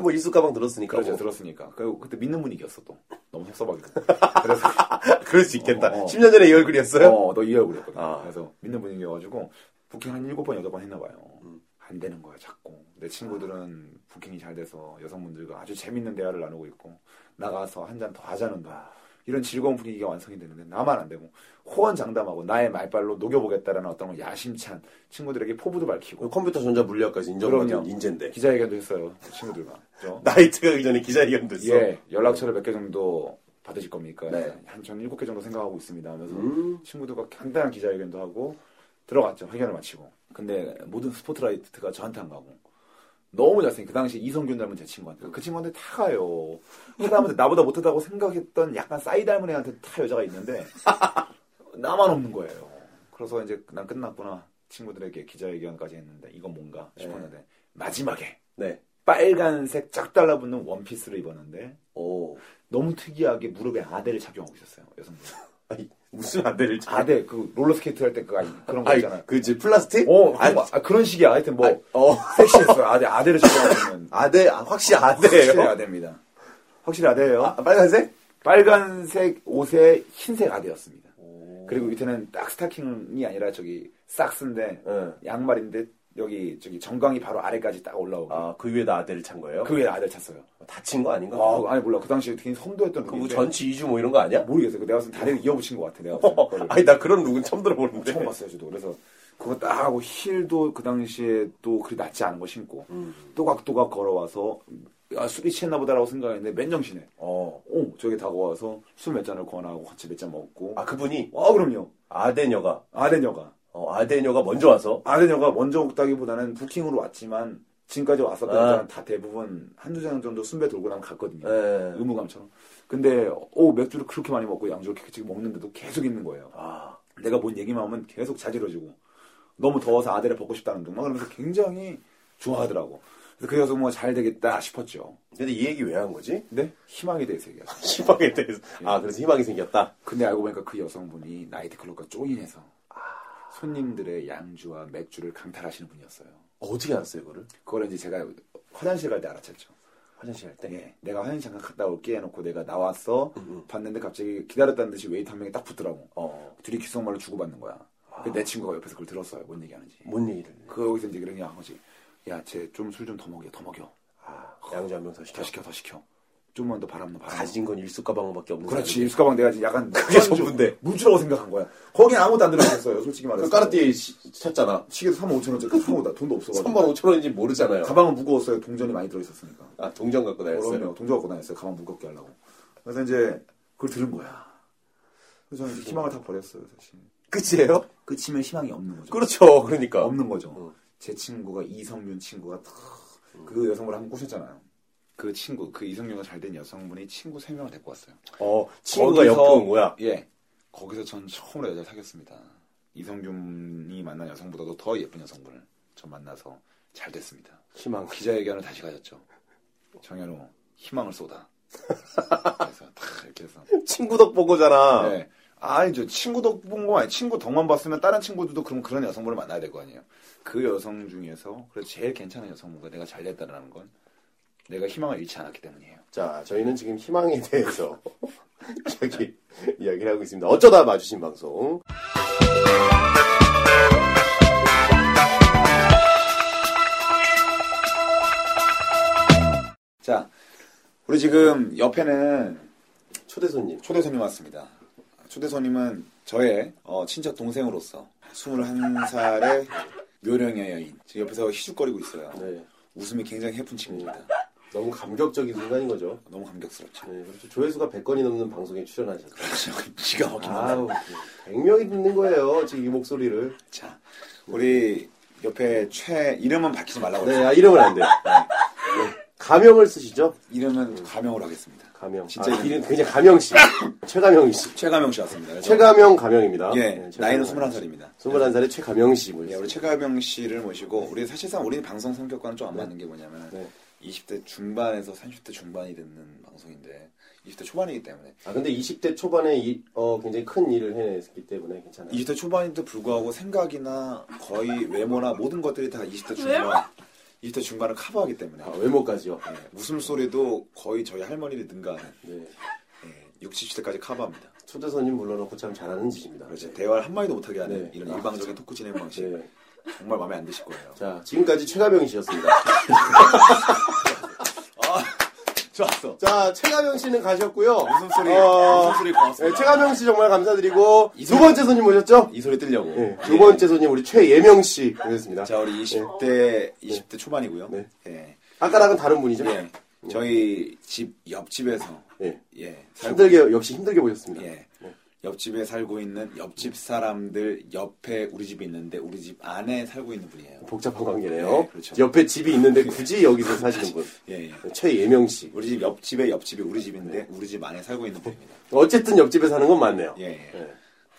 뭐 일수 가방 들었으니까. 그러죠 뭐. 들었으니까. 그리고 그때 믿는 분위기였어 또. 너무 섭섭하게. 그래서 그럴 수 있겠다. 어, 어. 10년 전에 이 얼굴이었어요? 어, 너이 얼굴이었거든. 아. 그래서 믿는 분위기여가지고 부킹 한 일곱 번 여덟 번 했나 봐요. 음. 안 되는 거야 자꾸. 아. 내 친구들은 부킹이 잘 돼서 여성분들과 아주 재밌는 대화를 나누고 있고 나가서 한 잔 더 하자는 거. 이런 즐거운 분위기가 완성이 되는데 나만 안 되고 호언장담하고 나의 말발로 녹여보겠다라는 어떤 야심찬 친구들에게 포부도 밝히고 어, 컴퓨터 전자 물리학까지 인정받은 그럼요. 인재인데. 기자회견도 했어요 그 친구들과. 그죠? 나이트가 그 전에 기자회견도 했어. 예, 연락처를 몇 개 정도 받으실 겁니까? 네. 한전 일곱 개 정도 생각하고 있습니다 하면서 음. 친구들과 간단한 기자회견도 하고 들어갔죠. 회견을 마치고. 근데 모든 스포트라이트가 저한테 안 가고 너무 잘생긴 그 당시 이성균 닮은 제 친구한테 그 친구한테 다 가요. 하다못해 나보다 못하다고 생각했던 약간 싸이 닮은 애한테 다 여자가 있는데 나만 없는 거예요. 그래서 이제 난 끝났구나. 친구들에게 기자회견까지 했는데 이건 뭔가 싶었는데 마지막에 네. 빨간색 쫙 달라붙는 원피스를 입었는데 오. 너무 특이하게 무릎에 아대를 착용하고 있었어요 여성분. 아니, 무슨 아대를 지- 아대 그 롤러스케이트 할 때 그 그런 거 아이, 있잖아요. 그, 이제 플라스틱? 어, 그런, 아니, 거, 아, 그런 식이야. 하여튼 뭐 아, 어. 섹시했어요. 아대 아대를 착용하고 있는 아대, 아, 확실히 확실히 아대예요 아대입니다. 확실히 아대예요. 아, 빨간색? 빨간색 옷에 흰색 아대였습니다. 그리고 밑에는 딱 스타킹이 아니라 저기 삭스인데 응. 양말인데 여기 저기 정강이 바로 아래까지 딱 올라오고 아, 그 위에다 아대를 찬 거예요? 그 위에 아대를 찼어요. 다친 거 아닌가? 와, 아니 몰라. 그 당시에 되게 선도했던 그뭐 룩인데 전치 2주 뭐 이런 거 아니야? 모르겠어요. 그 내가 무슨 다리를 이어붙인 것 같아. 내가 무슨 그거를. 아니, 나 그런 룩은 뭐 처음 들어보는데. 처음 봤어요, 저도. 그래서 그거 딱 하고 힐도 그 당시에 또 그리 낫지 않은 거 신고 음. 또각또각 걸어와서 야, 술이 취했나 보다라고 생각했는데 맨정신에 어. 어, 저기 다가와서 술 몇 잔을 권하고 같이 몇 잔 먹고 아, 그분이 아 그럼요. 아데녀가, 아덴여가 어, 아데녀가 먼저 와서 아덴여가 먼저 왔다기보다는 부킹으로 왔지만 지금까지 왔었던 아. 여자는 다 대부분 한두 잔 정도 순배 돌고 난 갔거든요. 예. 의무감처럼. 근데 오 맥주를 그렇게 많이 먹고 양주를 그렇게 먹는데도 계속 있는 거예요. 아, 내가 본 얘기만 하면 계속 자지러지고 너무 더워서 아대를 벗고 싶다는 둥막 그러면서 굉장히 좋아하더라고. 그래서 그 여성 뭐잘 되겠다 싶었죠. 근데 이 얘기 왜 한 거지? 근데 희망에 대해서 얘기하죠. 희망에 대해서. 아, 그래서 희망이 생겼다. 근데 알고 보니까 그 여성분이 나이트클럽과 조인해서 손님들의 양주와 맥주를 강탈하시는 분이었어요. 어떻게 알았어요, 이거를? 그걸 이제 제가 화장실 갈 때 알아챘죠. 화장실 할 때? 음, 예, 내가 화장실 잠깐 갔다 올게 해놓고 내가 나왔어. 봤는데 갑자기 기다렸다는 듯이 웨이트 한 명이 딱 붙더라고. 어. 둘이 귓속말로 주고받는 거야. 그내 아. 친구가 옆에서 그걸 들었어요. 뭔 얘기하는지. 뭔 얘기를? 그 여기서 이제 그런 얘기한 거지. 야, 쟤 좀 술 좀 더 먹여, 더 먹여. 아, 양주 한 명 더 시켜. 더 시켜, 더 시켜. 좀만 더 바람 넣어, 바람 넣어. 가진 건 일수 가방밖에 없는 그렇지. 사람인데. 일수가방 내가 지금 약간 그게 전부인데. 물주라고 생각한 거야. 거긴 아무도 안 들어갔어요. 솔직히 말해서. 그 까르띠에 시- 샀잖아. 시계도 3만 5천 원짜리 사모다 돈도 없어가지고. 3만 5천 원인지 모르잖아요. 가방은 무거웠어요. 동전이 많이 들어있었으니까. 아, 동전 갖고 다녔어요. 네, 그럼요. 동전 갖고 다녔어요. 가방 무겁게 하려고. 그래서 이제 그걸 들은 거야. 그래서 저는 이제 희망을 다 버렸어요, 사실. 끝이에요? 그치면 희망이 없는 거죠. 그렇죠. 그러니까. 없는 거죠. 제 친구가 이성윤 친구가 탁, 그 여성분을 한번 꼬셨잖아요. 그 친구, 그 이성윤과 잘 된 여성분이 친구 3명을 데리고 왔어요. 어, 친구가 거기서- 옆에 온 거야. 예. 거기서 전 처음으로 여자를 사귀었습니다. 이성균이 만난 여성보다도 더 예쁜 여성분을 전 만나서 잘 됐습니다. 희망. 기자회견을 다시 가졌죠. 정현우, 희망을 쏟아. 그래서 탁 이렇게 해서. 친구 덕 보고잖아. 네. 아니죠. 친구도 본 거 아니에요. 친구 덕만 봤으면 다른 친구들도 그럼 그런 여성분을 만나야 될 거 아니에요. 그 여성 중에서 그래도 제일 괜찮은 여성분과 내가 잘 됐다라는 건 내가 희망을 잃지 않았기 때문이에요. 자, 저희는 지금 희망에 대해서 저기 이야기를 하고 있습니다. 어쩌다 마주신 방송. 자, 우리 지금 옆에는 초대 손님. 초대 손님 왔습니다. 초대 손님은 저의 어, 친척 동생으로서 21살의 묘령의 여인. 지금 옆에서 희죽거리고 있어요. 네. 웃음이 굉장히 해픈 친구입니다. 너무 감격적인 순간인 거죠. 너무 감격스럽죠. 네, 그렇죠. 조회수가 100건이 넘는 방송에 출연하셨어요. 기가 막힌 아우, 100명이 듣는 거예요. 지금 이 목소리를. 자, 우리 옆에 최 이름은 밝히지 말라고 네, 했어요. 아, 이름은 안 돼요. 네. 가명을 쓰시죠? 이름은 네. 가명으로 하겠습니다. 가명. 진짜 아, 이름. 이름 그냥 가명 씨. 최가명 씨. 최가명 씨 왔습니다. 그래서 최가명 가명입니다. 예, 나이는 21 21살입니다. 21살의 최가명 씨. 예, 우리 모셨습니다. 최가명 씨를 모시고 우리 사실상 우리 방송 성격과는 좀 안 맞는 게 뭐냐면 네. 20대 중반에서 30대 중반이 듣는 방송인데 20대 초반이기 때문에 아, 근데 20대 초반에 이- 어, 굉장히 큰 일을 해냈기 때문에 괜찮아요. 20대 초반인데도 불구하고 생각이나 거의 외모나 모든 것들이 다 20대 중반 20대 중반을 커버하기 때문에 아, 외모까지요. 예, 웃음소리도 거의 저희 할머니를 능가하는 네. 예, 60, 70대까지 커버합니다. 초대 손님 불러놓고 참 잘하는 짓입니다. 그렇지. 대화를 한마디도 못하게 하는 네. 이런 아, 일방적인 토크 진행 방식 네. 정말 마음에 안 드실 거예요. 자, 지금까지 최가명 씨였습니다. 좋았어. 자, 최가명 씨는 가셨고요. 웃음소리, 어, 웃음소리 고맙습니다. 네, 최가명 씨 정말 감사드리고 이 두 번째 손님 모셨죠? 이 소리 뜨려고. 네, 두 번째 손님 우리 최예명 씨 모셨습니다. 자, 우리 20대, 20대 초반이고요. 네. 예. 아까랑은 다른 분이죠? 예. 저희 집 옆집에서 예. 예. 살고 힘들게 역시 힘들게 모셨습니다. 예. 옆집에 살고 있는 옆집 사람들 옆에 우리 집이 있는데 우리 집 안에 살고 있는 분이에요. 복잡한 네, 관계네요. 그렇죠. 옆에 집이 있는데 굳이 여기서 사시는 분. 예. 예. 최예명 씨. 우리 집 옆집에 옆집이 우리 집인데 우리 집 안에 살고 있는 분입니다. 어쨌든 옆집에 사는 건 맞네요. 예. 예. 예.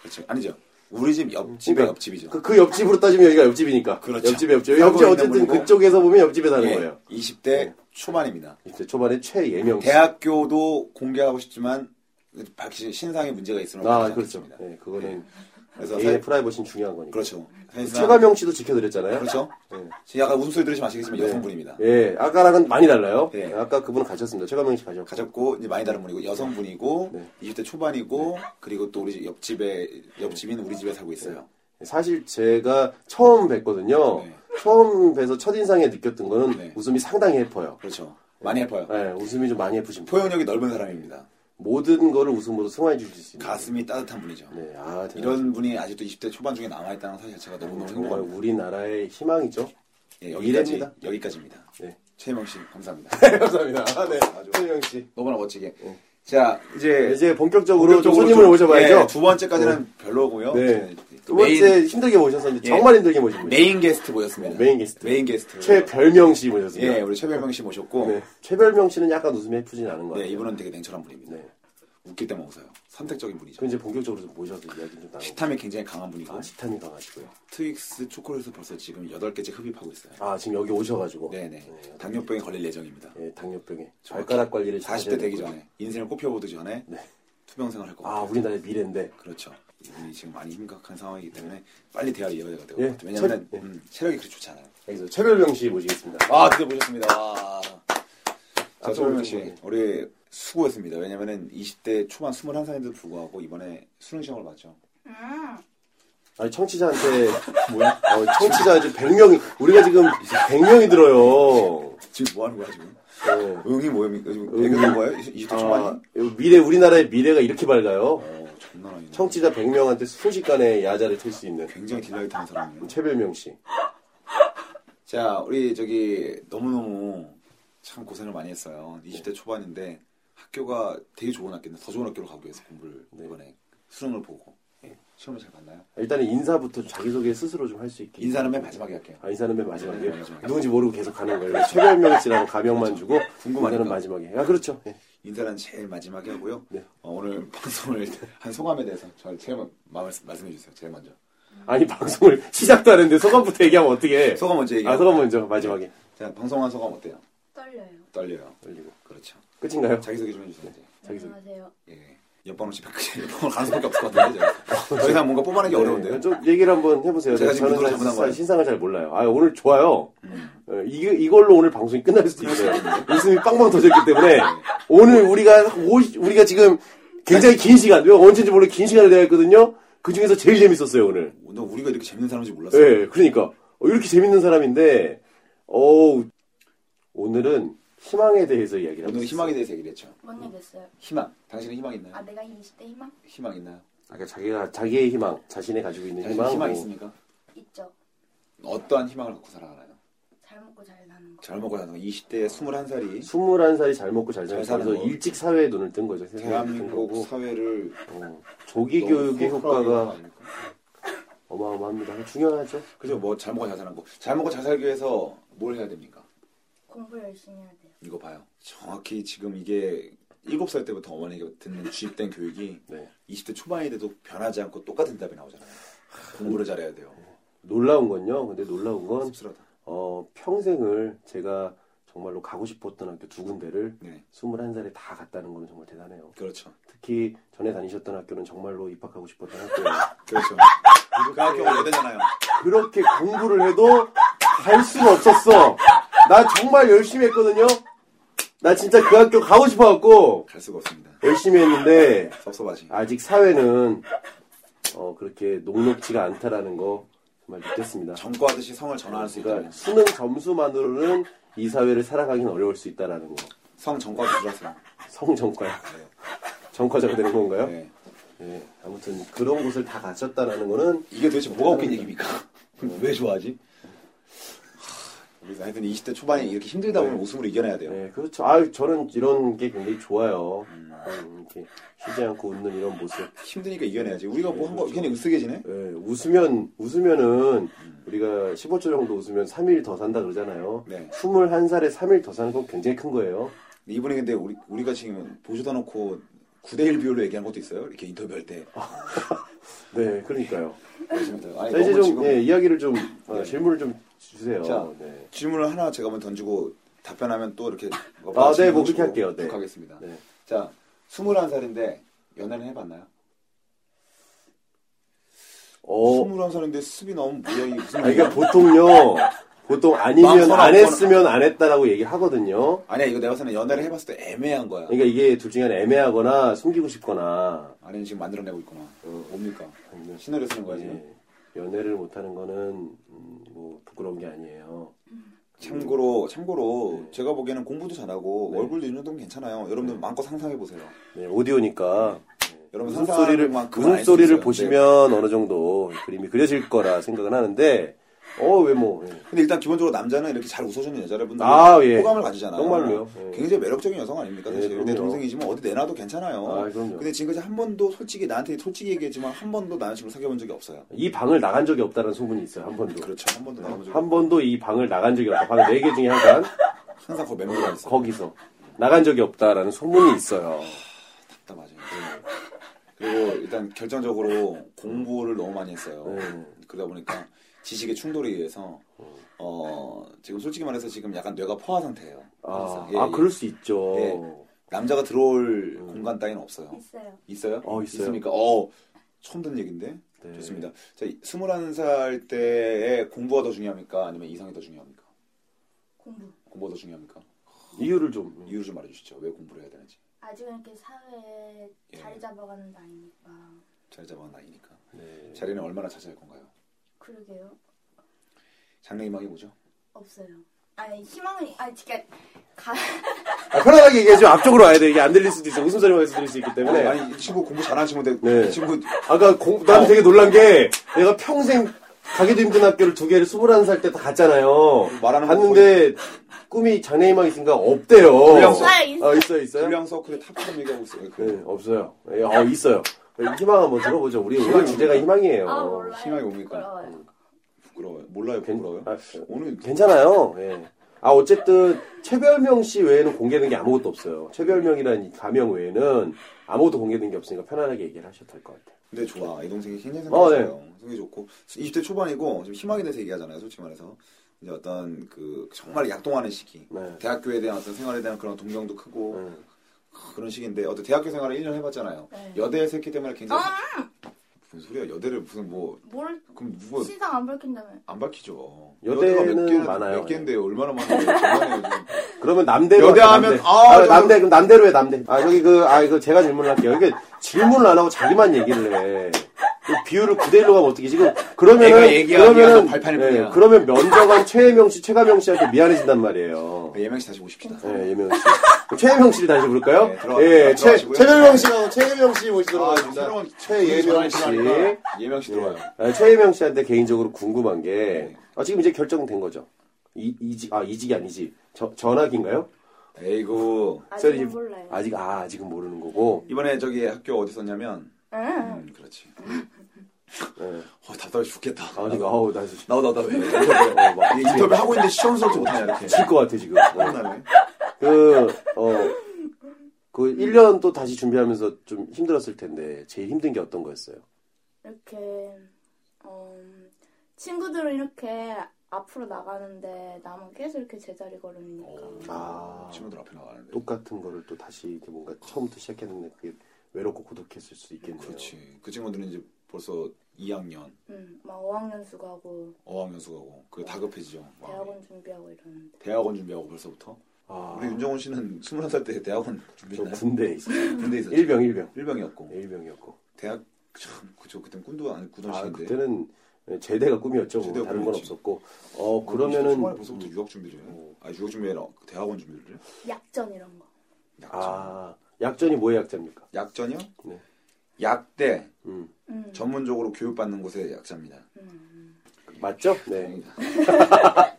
그렇죠. 아니죠. 우리 집 옆집의 그러니까 옆집이죠. 그, 그 옆집으로 따지면 여기가 옆집이니까. 그렇죠. 옆집에 옆집. 살고 옆집 있는 어쨌든 분이고. 그쪽에서 보면 옆집에 사는 예. 거예요. 음. 20대 초반입니다. 이제 초반에 최예명 씨. 대학교도 공개하고 싶지만 박신 신상의 문제가 있으면 아, 공개하지 그렇죠. 않겠습니다. 예, 그거는 그래서 개인의 사실- 프라이버시는 중요한 거니까. 그렇죠. 사실상 최가명 씨도 지켜드렸잖아요. 그렇죠. 네. 지금 약간 웃음소리 들으시면 아시겠지만 여성분입니다. 예, 아까랑은 많이 달라요. 예. 아까 그분은 가셨습니다. 최가명 씨 가셨고. 가졌고 이제 많이 다른 분이고 여성분이고 네. 20대 초반이고 그리고 또 우리 집 옆집에 옆집인 우리 집에 살고 네. 있어요. 예, 사실 제가 처음 뵀거든요. 네. 처음 뵈서 첫인상에 느꼈던 거는 네. 웃음이 상당히 예뻐요. 그렇죠. 많이 예뻐요. 예, 웃음이 좀 많이 예쁘신 분. 포용력이 넓은 사람입니다. 모든 거를 웃음으로 승화해 주실 수 있는. 가슴이 따뜻한 분이죠. 네, 아, 대단하십니다. 이런 분이 아직도 20대 초반 중에 남아있다는 사실 자체가 너무너무 정말 행복합니다. 우리나라의 희망이죠. 예, 여기까지, 미래입니다. 여기까지입니다. 네. 최혜명 씨 감사합니다. 감사합니다. 아, 네. 최영 씨. 너무나 멋지게. 자 이제 어. 네, 이제 본격적으로 좀 손님을 좀- 모셔봐야죠. 어. 예, 두 번째까지는 별로고요. 네. 이제 두 메인- 번째 힘들게 모셨었는데 예. 정말 힘들게 모신 분이에요. 메인 게스트 모였습니다. 메인 게스트. 메인 게스트. 최별명 씨 모셨습니다. 예, 우리 최별명 씨 모셨고, 네. 네. 최별명 씨는 약간 웃음이 예쁘진 않은 것 같아요. 이분은 되게 냉철한 분입니다. 네. 웃길 때만 웃어요. 선택적인 분이죠. 그럼 이제 본격적으로 좀 모셔서 이야기 좀 나눠. 시탐이 굉장히 강한 분이고, 아, 지탄이 가가지고요. 트윅스 초콜릿을 벌써 지금 8개째 흡입하고 있어요. 아, 지금 여기 오셔가지고. 네네. 당뇨병에 걸릴 예정입니다. 예, 당뇨병에. 발가락 관리를 잘 40대 되기 해야 되고요. 네. 전에, 인생을 꼽혀보기 전에, 투병생활 할 아, 거고. 우리나라의 미래인데. 그렇죠. 이분이 지금 많이 심각한 상황이기 때문에 빨리 대화 이어야 될것 예, 같아요. 왜냐면, 체- 예. 음, 체력이 그렇게 좋지 않아요. 여기서 최별명 씨 모시겠습니다. 아, 드디어 보셨습니다. 와. 자, 아, 조명 저는 씨, 좀- 우리 수고했습니다. 왜냐면은 20대 초반 21살인데도 불구하고 이번에 수능 시험을 봤죠. 아니, 청취자한테. 뭐야? 어, 청취자 이제 100명이, 우리가 지금 100명이 들어요. 지금 뭐 하는 거야, 지금? 어. 응이 뭐입니까? 지금 배그된 거예요? 20대 아, 초반이? 미래 우리나라의 미래가 이렇게 밝아요. 어, 장난 아니네. 청취자 100명한테 순식간에 야자를 틀 수 있는 굉장히 딜라이트 하는 사람이에요. 최별명 씨. 자, 우리 저기 너무너무 참 고생을 많이 했어요. 네. 20대 초반인데 학교가 되게 좋은 학교인데 더 좋은 학교로 가기 위해서 공부를 네. 이번에 수능을 보고 예, 시험을 잘 봤나요? 일단은 인사부터 자기소개 스스로 좀 할 수 있게. 인사는 맨 마지막에 할게요. 아, 인사는 맨 마지막에. 네, 마지막에. 누군지 모르고 계속 가는 거예요. 최별명 씨라고 가명만 주고 궁금하니까. 인사는 마지막에. 아, 그렇죠. 예. 인사는 제일 마지막에 하고요. 네. 어, 오늘 방송을 한 소감에 대해서 저 제일 먼- 마음을 쓰- 말씀해 주세요. 제일 먼저. 아니, 방송을 시작도 안 했는데 소감부터 얘기하면 어떻게 해. 소감 먼저 얘기해요. 아, 소감 먼저 마지막에. 자, 방송한 소감 어때요? 떨려요. 떨려요. 올리고. 그렇죠. 끝인가요? 자기소개 좀 해주세요. 이제. 자기소개. 안녕하세요. 네. 예. 옆방 없이 백그지 옆방을 가는 수밖에 없을 것 같은데. 제가. 더 이상 뭔가 뽑아내기 예, 어려운데요. 네, 좀 얘기를 한번 해보세요. 제가 지금 저는 누구를 사실 잡아놓은 거예요? 신상을 잘 몰라요. 아, 오늘 좋아요. 어, 이, 이걸로 오늘 방송이 끝날 수도 있어요. 웃음이 빵빵 터졌기 때문에 오늘 우리가 한 50 우리가 지금 굉장히 긴 시간, 내가 언제인지 모르게 긴 시간을 대화했거든요. 그 중에서 제일 재밌었어요 오늘. 오늘 우리가 이렇게 재밌는 사람인지 예, 몰랐어요. 그러니까 어, 이렇게 재밌는 사람인데, 어 오늘은 희망에 대해서 이야기를 하고 오늘 있어요. 희망에 대해서 얘기를 했죠. 뭔 얘기 했어요? 희망. 당신은 희망 있나요? 아 내가 20대 희망? 희망 있나요? 아까 자기가 자기의 희망, 자신이 가지고 있는 당신은 희망, 희망 뭐, 있습니까? 있죠. 어떠한 희망을 갖고 살아가나요? 잘 먹고 잘 사는 거. 잘 먹고 사는 거. 20대 21살이 21살이 잘 먹고 잘 잘 살면서 사는 거. 일찍 사회에 눈을 뜬 거죠. 세상에 눈을 뜬 대한민국 거고. 사회를 어, 조기 너무 교육의 소홀하게 하는 거 네. 효과가 아닙니까? 어마어마합니다. 중요하죠. 그죠? 뭐 잘 먹고 잘 사는 거. 잘 먹고 잘 살기 위해서 뭘 해야 됩니까? 공부 열심히 해야 돼요. 이거 봐요. 정확히 지금 이게 7살 때부터 어머니가 듣는 주입된 교육이 네. 20대 초반이 돼도 변하지 않고 똑같은 답이 나오잖아요. 공부를 잘해야 돼요. 놀라운 건요. 근데 놀라운 건 씁쓸하다. 어, 평생을 제가 정말로 가고 싶었던 학교 두 군데를 네. 21살에 다 갔다는 건 정말 대단해요. 그렇죠. 특히 전에 다니셨던 학교는 정말로 입학하고 싶었던 학교예요. 그렇죠. 그 학교가 여대잖아요. 그렇게 공부를 해도 갈 수가 없었어. 나 정말 열심히 했거든요. 나 진짜 그 학교 가고 싶어갖고 갈 수가 없습니다. 열심히 했는데 섭섭하지. 아직 사회는 어, 그렇게 녹록지가 않다라는 거 정말 느꼈습니다. 점거하듯이 성을 전환할 수 그러니까 있다면 수능 점수만으로는 이 사회를 살아가긴 어려울 수 있다라는 거. 성 점거하듯이 들었어요. 성정과야. 정과자가 되는 건가요? 네. 네. 아무튼 그런 곳을 다 가셨다라는 거는 이게 도대체 뭐가 웃긴 얘기입니까? 왜 좋아하지? 하, 우리가 하여튼 20대 초반에 이렇게 힘들다 보면 웃음으로 이겨내야 돼요. 네, 그렇죠. 아, 저는 이런 게 굉장히 좋아요. 음, 이렇게 쉬지 않고 웃는 이런 모습. 힘드니까 이겨내야지. 우리가 뭐 한 거 괜히 으쓱해지네? 예, 웃으면 웃으면은 우리가 15초 정도 웃으면 3일 더 산다 그러잖아요. 네. 21살에 3일 더 사는 건 굉장히 큰 거예요. 이번에 근데 우리, 우리가 지금 보조다 놓고 9대1 비율로 얘기한 것도 있어요. 이렇게 인터뷰할 때. 네, 그러니까요. 그렇습니다. 아. 아니, 자, 이제 너무 좀 예, 이야기를 좀 어, 네. 질문을 좀 주세요. 자. 네. 질문을 하나 제가 한번 던지고 답변하면 또 이렇게 아, 네, 뭐 그렇게 할게요. 네. 하겠습니다. 네. 자, 21살인데 연애는 해봤나요? 어, 21살인데 습이 너무 무여이 무슨 아니, 그러니까 보통요. 보통 아니면 마음 안 서럽거나. 했으면 안 했다라고 얘기하거든요. 아니야 이거 내가 봤을 때 연애를 해봤을 때 애매한 거야. 그러니까 이게 둘 중에 하나 애매하거나 숨기고 싶거나 아니 지금 만들어내고 있구나. 뭡니까? 아니면 신호를 쓰는 거야 지금. 예, 연애를 못하는 거는 음, 뭐 부끄러운 게 아니에요. 참고로 참고로 네. 제가 보기에는 공부도 잘하고 네. 얼굴도 이 정도면 괜찮아요. 여러분들 네. 마음껏 마음껏 상상해 보세요. 네, 오디오니까 여러분 웃음 소리를 상상만큼은 웃음 알수 소리를 있어요. 네. 보시면 어느 정도 그림이 그려질 거라 생각은 하는데 어 왜 뭐? 예. 근데 일단 기본적으로 남자는 이렇게 잘 웃어주는 여자분들 아, 예. 호감을 가지잖아요. 네. 정말로요. 예. 굉장히 매력적인 여성 아닙니까? 예, 사실 그럼요. 내 동생이지만 어디 내놔도 괜찮아요. 아, 그럼요. 근데 지금까지 한 번도 솔직히 나한테 솔직히 얘기했지만 한 번도 나는 지금 사귀어본 적이 없어요. 이 방을 나간 적이 없다는 소문이 있어요 한 번도. 그렇죠. 한 번도 나가본 적이 없어요. 한 번도 이 방을 나간 적이 없다. 방 4개 중에 한 칸 항상 거기 멤버가 있어요. 거기서 나간 적이 없다라는 소문이 있어요. 다 맞아요. 네. 그리고 일단 결정적으로 공부를 너무 많이 했어요. 네. 그러다 보니까 지식의 충돌에 의해서 어 지금 솔직히 말해서 지금 약간 뇌가 포화 상태예요. 아, 예, 아, 예. 그럴 수 있죠. 예. 남자가 들어올 공간 따위는 없어요. 있어요. 있어요? 어, 있어요. 습니까 어, 처음 듣는 얘기인데. 네. 좋습니다. 자, 21살 때에 공부가 더 중요합니까? 아니면 이성이 더 중요합니까? 공부. 공부가 더 중요합니까? 이유를 좀 이유를 좀 말해주시죠. 왜 공부를 해야 되는지. 아직은 이렇게 사회에 예. 자리 잡아가는 나이니까. 자리 잡아간 나이니까. 네. 자리는 얼마나 차지할 건가요? 그러게요. 장래 희망이 뭐죠? 없어요. 아니 희망은 아니 그러니까 가 아, 편안하게 얘기해 줘. 앞쪽으로 와야 돼. 이게 안 들릴 수도 있어. 웃음소리만 해서 들릴 수 있기 때문에. 아니, 아니, 이 친구 공부 잘하시는데 네. 이 친구 아까 공, 난 되게 놀란 게 내가 평생 가기도 힘든 학교를 두 개를 21살 때 다 갔잖아요. 말하는 갔는데 꿈이 장래희망 있으니까 없대요. 있어요, 있어요. 아, 있어요, 있어요? 불량 서클의 탑점 얘기하고 있어요. 그 네, 없어요. 예, 어, 있어요. 희망 한번 들어보죠. 우리 오늘 주제가 희망이에요. 아 몰라요. 어, 희망이 뭡니까? 어. 부끄러워요. 부끄러워요. 몰라요, 괜- 부끄러워요. 아, 오늘 괜찮아요. 예. 아, 어쨌든 최별명 씨 외에는 공개된 게 아무것도 없어요. 최별명이라는 이 가명 외에는 아무것도 공개된 게 없으니까 편안하게 얘기를 하셔도 될 것 같아요. 근데 좋아. 이 동생이 굉장히 어, 네. 생각해요. 성격이 좋고 20대 초반이고 지금 희망에 대해서 얘기하잖아요. 솔직히 말해서 이제 어떤 그 정말 약동하는 시기. 네. 대학교에 대한 어떤 생활에 대한 그런 동경도 크고 네. 그런 시기인데 어떤 대학교 생활을 1년 해봤잖아요. 네. 아! 여대에서 했기 때문에 굉장히 무슨 소리야? 여대를 무슨 뭐 뭘 그럼 누가 신상 안 밝힌다면 안 밝히죠. 여대는 여대가 몇 개나- 많아요. 몇 개인데 얼마나 많은데? 정말 요즘. 그러면 남대로 여대 하자, 하면- 남대. 아, 아, 저거- 남대 그럼 남대로 해 남대 아 저기 그아 이거 제가 질문을 할게요 이게 질문을 안 하고 자기만 얘기를 해 그 비율을 9대 1로 가면 어떻게 지금 내가 그러면은 얘기하기가 그러면은 예, 더 발판일 뿐이야. 그러면 면접한 최혜명 씨 최가명 씨한테 미안해진단 말이에요 네, 예명 씨 다시 오십시다. 예 예명 씨 그럼 최혜명 씨를 다시 부를까요 네, 들어가- 예 최, 들어가시고요. 최혜명 씨하고 최혜명 씨 모시도록 아, 하겠습니다 새로운 최예명 씨 예명 씨 들어와요. 아, 최혜명 씨한테 개인적으로 궁금한 게 아, 지금 이제 결정된 거죠 이, 이직 아 이직이 아니지 저, 전학인가요? 에이구 아직은 쌤이- 몰라요. 아직 아 아직은 모르는 거고. 이번에 저기 학교 어디 썼냐면 응. 음 그렇지. 예. 어 답답해 죽겠다. 아 지금 아우 나 진짜 나도 나도 왜? 인터뷰, 막, 인터뷰 하고 있는데 시험 설지 못하냐 이렇게. 질것 같아 지금. 그, 짜증나네. 그어그 1년 또 다시 준비하면서 좀 힘들었을 텐데 제일 힘든 게 어떤 거였어요? 이렇게 어, 친구들은 이렇게 앞으로 나가는데 나만 계속 이렇게 제자리 걸으니까 아. 친구들 앞에 나가는데. 똑같은 거를 또 다시 이렇게 뭔가 처음부터 시작했는데 그게 외롭고 고독했을 수도 있겠네요. 그렇지. 그 친구들은 이제 벌써 2학년, 응, 음, 막 5학년 수가고 5학년 수가고 그 다급해지죠. 마음이. 대학원 준비하고 이러는데 대학원 준비하고 벌써부터. 아, 우리 윤정훈 씨는 21살 때 대학원 저 준비했나요? 군대에 있어. 군대 있었죠. 일병 일병. 일병이었고. 예, 일병이었고. 대학 참 그죠 그땐 꿈도 안 꾸던 아 시기인데. 그때는 제대가 꿈이었죠. 뭐 제대가 다른 건 꿈이었지. 없었고. 어 초반에 그러면은 음. 벌써부터 유학 준비를 해. 아 유학 준비를 해. 대학원 준비를 해. 약전 이런 거 약전. 아 약전이 뭐의 약자입니까? 약전이요? 네. 약대 음. 응. 전문적으로 교육받는 곳의 약자입니다. 음, 응. 맞죠? 네. 다행이다.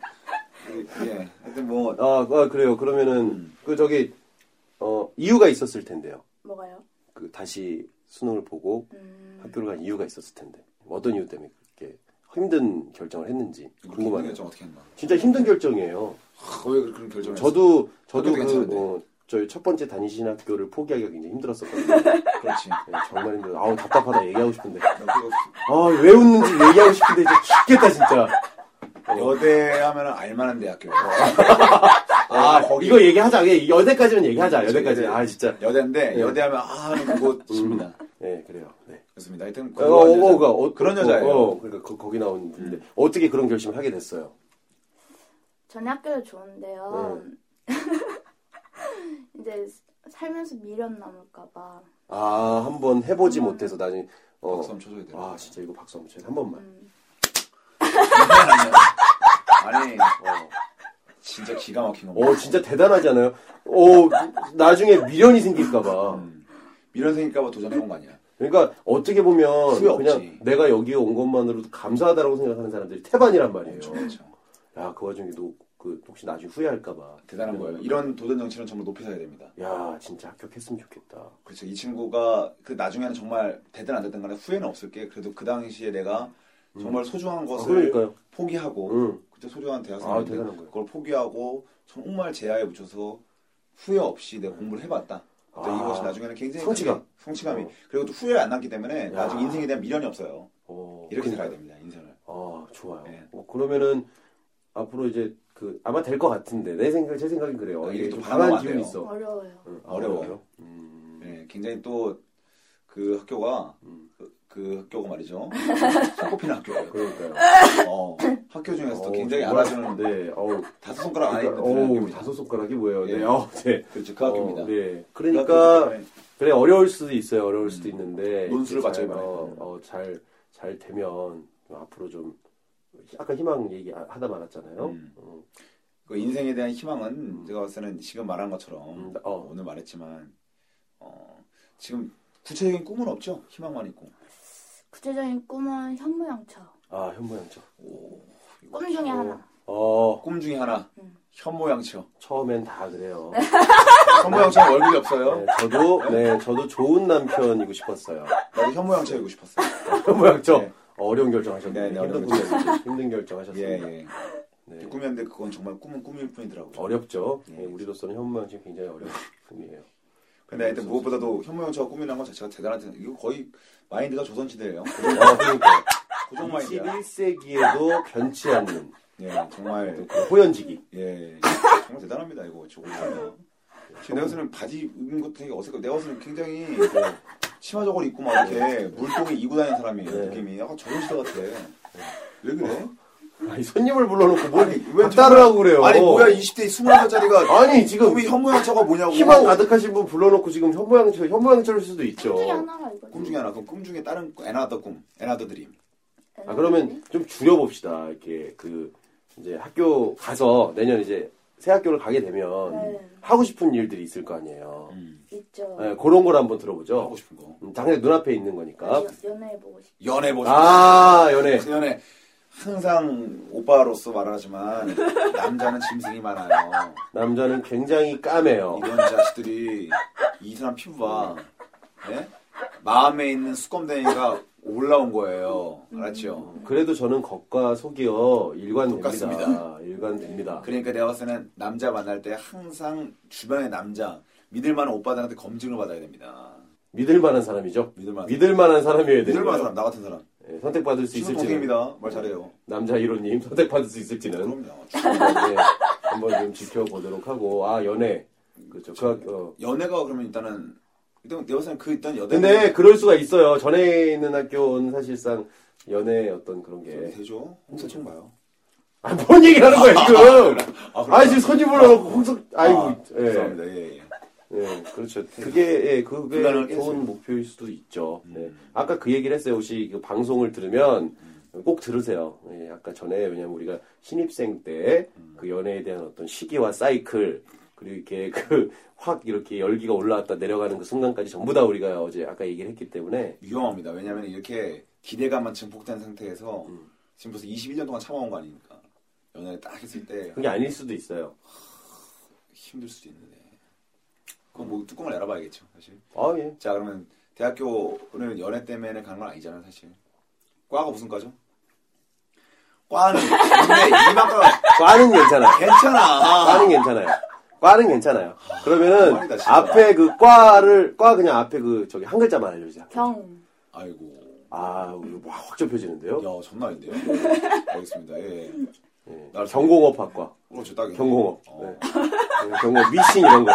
예. 하여튼 뭐 아, 아, 그래요. 그러면은 음. 그 저기 어 이유가 있었을 텐데요. 뭐가요? 그 다시 수능을 보고 음, 학교를 간 이유가 있었을 텐데 어떤 이유 때문에 그렇게 힘든 결정을 했는지 궁금하네요. 결정 어떻게 했나? 진짜 힘든 결정이에요. 아, 왜 그런 결정을 저도 저도 학교도 괜찮은데. 그 어, 저희 첫 번째 다니신 학교를 포기하기가 굉장히 힘들었었거든요. 네, 했어? 그렇지. 정말 힘들어. 아우 답답하다. 얘기하고 싶은데. 나 그거 아 왜 웃는지 얘기하고 싶은데 이제 죽겠다 진짜. 어. 여대 하면은 알만한 대학교. 아 거기 그렇죠. 네. 이거 얘기하자. 예, 여대까지는 얘기하자. 여대까지. 아 진짜. 여대인데 네. 여대하면 아 하는 그곳입니다. 예 네, 그래요. 네. 그렇습니다. 하여튼 어, 어, 그런 어, 여자. 어, 그런 어, 여자예요. 음. 어, 그러니까 거, 거기 나온 분인데 어떻게 그런 결심을 하게 됐어요? 전에 학교도 좋은데요 이제 살면서 미련 남을까봐 아, 한번 해보지 못해서 나중에 어, 박수 한번 쳐줘야 돼요. 아, 진짜 이거 박수 한번 쳐요. 한 번만. 음, 아니 어. 진짜 기가 막힌 겁니다. 어, 진짜 대단하지 않아요? 어, 나중에 미련이 생길까봐. 이런 생일까봐 도전해본 거 아니야. 그러니까 어떻게 보면 후회 없지. 그냥 내가 여기 온 것만으로도 감사하다라고 생각하는 사람들이 태반이란 말이에요. 그렇죠, 그렇죠. 야, 그 와중에도 그 혹시 나중에 후회할까봐. 대단한 거예요. 이런 도전 정치는 정말 높이 사야 됩니다. 야, 진짜 합격했으면 좋겠다. 그렇죠. 이 친구가 그 나중에는 정말 되든 안 되든 간에 후회는 없을 게 그래도 그 당시에 내가 정말 소중한 음. 것을 아, 그러니까요. 포기하고 응. 그때 소중한 아, 대학생인데 대단한 거예요. 그걸 포기하고 정말 제아에 묻혀서 후회 없이 내가 공부를 해봤다. 그때 아. 이것이 나중에는 굉장히 성취감. 크게 성취감이 어. 그리고 또 후회 안 남기 때문에 야. 나중에 인생에 대한 미련이 없어요. 어, 이렇게 그러니까요. 살아야 됩니다. 인생을. 아, 좋아요. 네. 어, 그러면은 앞으로 이제 그 아마 될 것 같은데 내 생각 제 생각은 그래요. 아, 이게 이게 또 좀 바라면 강한 안 기운이 돼요. 있어. 어려워요 응, 아, 어려워요. 음. 네, 굉장히 또 그 학교가 음. 그, 그 학교가 말이죠. 손꼽히는 학교예요. 그러니까요. 어, 학교 중에서도 어우, 굉장히 정말, 알아주는 네. 어우. 다섯 손가락 안에 있는 그러니까, 어우, 학교입니다. 다섯 손가락이 뭐예요? 예. 네. 어, 네. 그렇죠. 그 학교입니다. 어, 네. 그러니까 그래 어려울 수도 있어요. 어려울 수도 있는데 음. 논술을 이제 받쳐야 잘, 말이에요. 어, 어, 잘, 잘 되면 앞으로 좀 아까 희망 얘기 하다 말았잖아요. 음. 어, 그 인생에 대한 희망은 제가 봤을 때는 지금 말한 것처럼 음, 어. 오늘 말했지만 어, 지금 구체적인 꿈은 없죠. 희망만 있고. 구체적인 꿈은 현모양처 아 현모양처. 오, 이거 꿈 중에 하나 어 꿈 중에 하나. 음. 현모양처. 처음엔 다 그래요. 네, 현모양처 얼굴이 없어요. 네, 저도 네 저도 좋은 남편이고 싶었어요. 나도 현모양처이고 싶었어요. 모양죠. 네. 어려운 결정하셨네요. 네, 네, 힘든 어려운 결정. 힘든 예, 결정하셨습니다. 예. 네. 꿈이었는데 그건 정말 꿈은 꿈일 뿐이더라고요. 어렵죠. 예. 네, 우리로서는 현무양 지금 굉장히 어려운 분이에요. 근데 하여튼 그렇죠. 무엇보다도 현모양처가 꿈이라는 건 자체가 대단한 이거 거의 마인드가 조선시대예요. 고정 마인드야. 21세기에도 어, 그러니까 변치 않는 그 예, 정말 호연지기. 예, 정말 대단합니다 네. 이거 저거. 내가 쓰는 바지 입는 것도 되게 어색하고 내가 쓰는 굉장히 치마 저걸 입고 막 이렇게 물고기 이고 다니는 사람이에요 네. 느낌이 약간 저런 시대 같아 왜 그래? 아니, 손님을 불러놓고 뭘 아니, 왜 왜 따르라고 그래요? 아니 뭐야 20대 21살짜리가 아니, 지금 꿈이 현모양처가 뭐냐고 희망 가득하신 분 불러놓고 지금 현모양처 현모양처일 수도 있죠. 꿈 중에 하나라 이거. 꿈 중에 하나 그럼 꿈 중에 다른 애나더 꿈 애나더 드림 아 그러면 좀 줄여봅시다. 이렇게 그 이제 학교 가서 내년 이제 새 학교를 가게 되면 네. 하고 싶은 일들이 있을 거 아니에요. 있죠. 네, 그런 걸 한번 들어보죠. 음. 하고 싶은 거 음, 당연히 눈앞에 있는 거니까. 그러니까 연- 연애해보고 싶어. 연애 보고 아 연애. 그 연애 항상 오빠로서 말하지만 남자는 짐승이 많아요 남자는 굉장히 까매요. 이런 자식들이 이 사람 피부 봐. 예? 마음에 있는 수검댕이가 올라온 거예요. 알았죠? 그래도 저는 겉과 속이요 일관됩니다. 똑같습니다. 일관됩니다. 그러니까 내가 봤을 때는 남자 만날 때 항상 주변의 남자, 믿을만한 오빠들한테 검증을 받아야 됩니다. 믿을만한 사람이죠. 믿을만한 믿을만한 사람이어야 돼요. 믿을만한 사람, 나 같은 사람. 예, 선택받을 수 친구 있을지는 동생입니다. 말 잘해요. 남자 1호님 선택받을 수 있을지는 그럼요. 네, 한번 좀 지켜보도록 하고 아 연애 그렇죠. 그, 학- 어. 연애가 그러면 일단은 일단 내가 봤을 때는 그 일단 여대 근데 그럴 수가 있어요. 전에 있는 학교는 사실상 연애 어떤 그런 예. 게. 되죠. 홍사청 봐요. 아, 뭔 얘기 하는 거야, 지금! 아, 그래요? 아, 지금 손님 불러놓고 홍석, 아이고, 아, 예. 죄송합니다. 예, 예. 예, 그렇죠. 그게, 예, 그게 네. 좋은 불가능을 깨우세요. 음. 목표일 수도 있죠. 네. 아까 그 얘기를 했어요. 혹시 그 방송을 들으면 음. 꼭 들으세요. 예, 아까 전에, 왜냐면 우리가 신입생 때 음. 그 연애에 대한 어떤 시기와 사이클, 그리고 이렇게 그 확 이렇게 열기가 올라왔다 내려가는 그 순간까지 전부 다 우리가 어제 아까 얘기를 했기 때문에 위험합니다. 왜냐하면 이렇게 기대감만 증폭된 상태에서 지금 벌써 21년 동안 참아온 거 아닙니까? 연애를 딱 했을 때 그게 아닐 수도 있어요. 힘들 수도 있는데 그건 뭐 뚜껑을 열어봐야겠죠 사실. 아, 예. 자 그러면 대학교는 연애 때문에 가는 건 아니잖아요 사실. 과가 무슨 과죠? 과는 근데 이만과 과는 괜찮아. 괜찮아. 과는 괜찮아요. 과는 괜찮아요. 그러면은 정말이다, 진짜. 앞에 그 과를 과 그냥 앞에 그 저기 한 글자만 알려주세요. 경. 아이고 아, 이거 막 확 좁혀지는데요. 야 장난 아닌데요? 알겠습니다. 예. 예. 나를 경공업학과, 그렇죠 딱 경공업, 어. 네. 예, 경공 미싱 이런 거,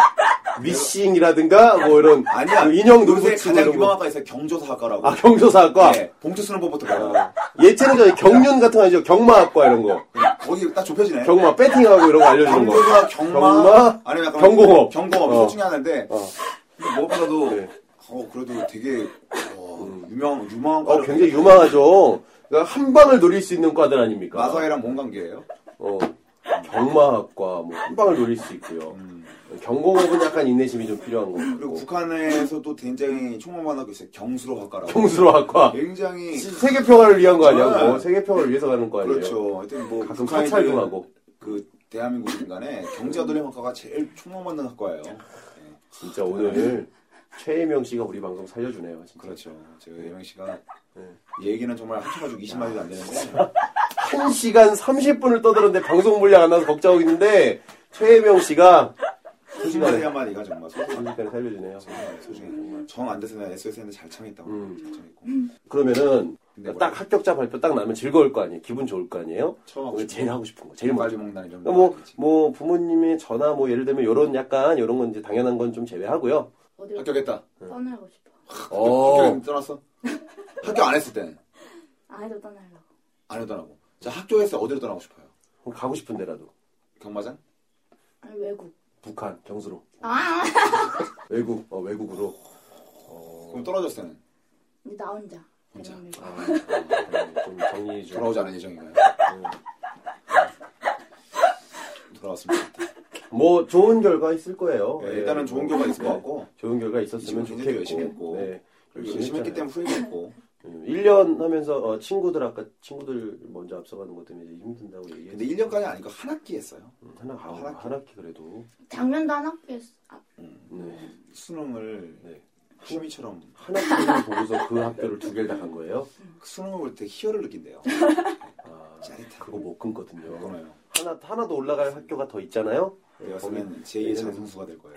미싱이라든가 뭐 이런 아니야 그 인형 요새 농구 치고 가장 이런 거. 유명한 과가 있어요 경조사학과라고. 아, 경조사학과. 아. 예, 봉투 쓰는 법부터 배워. 예체능 저기 경륜 같은 거 아니죠? 경마학과 이런 거. 예, 거기 딱 좁혀지네. 경마 배팅하고 이런 거 알려주는 거. 경도사, 경마, 경마? 아니면 약간 경공업. 경공업 어. 둘 중에 하나인데 어. 근데 무엇보다도 네. 어, 그래도 되게 어, 유명 유명한 어, 굉장히 유망하죠. 그러니까 한 방을 노릴 수 있는 과들 아닙니까? 마사회랑 뭔 관계예요? 어, 경마학과 뭐 한방을 노릴 수 있고요. 경공업은 약간 인내심이 좀 필요한 것 음. 그리고 같고. 북한에서도 굉장히 총망받고 있어요. 경수로학과라고. 예. 경수로학과. 아, 굉장히 세계 평화를 위한 거 아니야? 뭐 네. 세계 평화를 위해서 가는 거 아니에요? 그렇죠. 하여튼 뭐 가끔 북한이든 사찰도 하고. 그 대한민국 인간에 경제아돌림학과가 제일 총망받는 학과예요. 네, 진짜 오늘 최혜명 씨가 우리 방송 살려주네요. 진짜. 그렇죠. 제가 예명 씨가 네. 얘기는 정말 합쳐가지고 20마디도 안 되는데 1시간 30분을 떠들었는데 방송 물량 안 나서 걱정하고 있는데 최혜명 씨가 소중한 한 마디가 정말 소중한 순식간에 살려주네요. 소중해. 정안 돼서 내가 SOS는 잘 참했다고. 잘 참했고. 음. 그러면은 근데 뭐야? 딱 합격자 발표 딱 나면 즐거울 거 아니에요? 기분 좋을 거 아니에요? 처음 하고 오늘 싶은 제일 거. 하고 싶은 거. 제일 빨리 먼저. 먹는다는 이런 거. 뭐, 알겠지. 뭐, 부모님의 전화, 뭐, 예를 들면, 요런 약간, 요런 건 이제 당연한 건 좀 제외하고요. 어디로 합격했다. 떠나고 싶어. 학교 떠났어? 학교 안 했을 때는? 안 아, 해도 떠나려고. 안 해도 떠나고. 자, 학교에서 어디로 떠나고 싶어요? 그럼 가고 싶은 데라도. 경마장? 아니 외국. 북한, 경수로. 아. 외국, 어, 외국으로. 그럼 떨어졌을 때는? 근데 나 혼자. 혼자. 대한민국. 아, 어, 좀 정리 좀. 돌아오지 않은 예정인가요? 돌아왔습니다. 뭐 좋은 결과 있을 거예요. 뭐 네, 일단은 좋은 결과 있을 것 같고. 좋은 결과 있었으면 지금 굉장히 좋겠고. 네, 열심히 했고. 그리고 열심히 했기 때문에 후회가 없고. 예, 1년 하면서 어, 친구들 아까 친구들 먼저 앞서가는 것 때문에 이제 힘든다고 얘기했는데 근데 1년까지 아니고 한 학기 했어요. 하나 아, 한 학기. 한 학기 그래도 작년도 한 학교에서 아, 네. 수능을 네. 취미처럼 한 학기를 보고서 그 학교를 두 개를 다 간 거예요. 수능을 볼 때 희열을 느낀대요. 아, 짜릿한 그거 못 끊거든요. 거네요. 하나 하나 더 올라갈 학교가 더 있잖아요. 내가 거기- 쓰면 제2의 장성수가 될 거예요.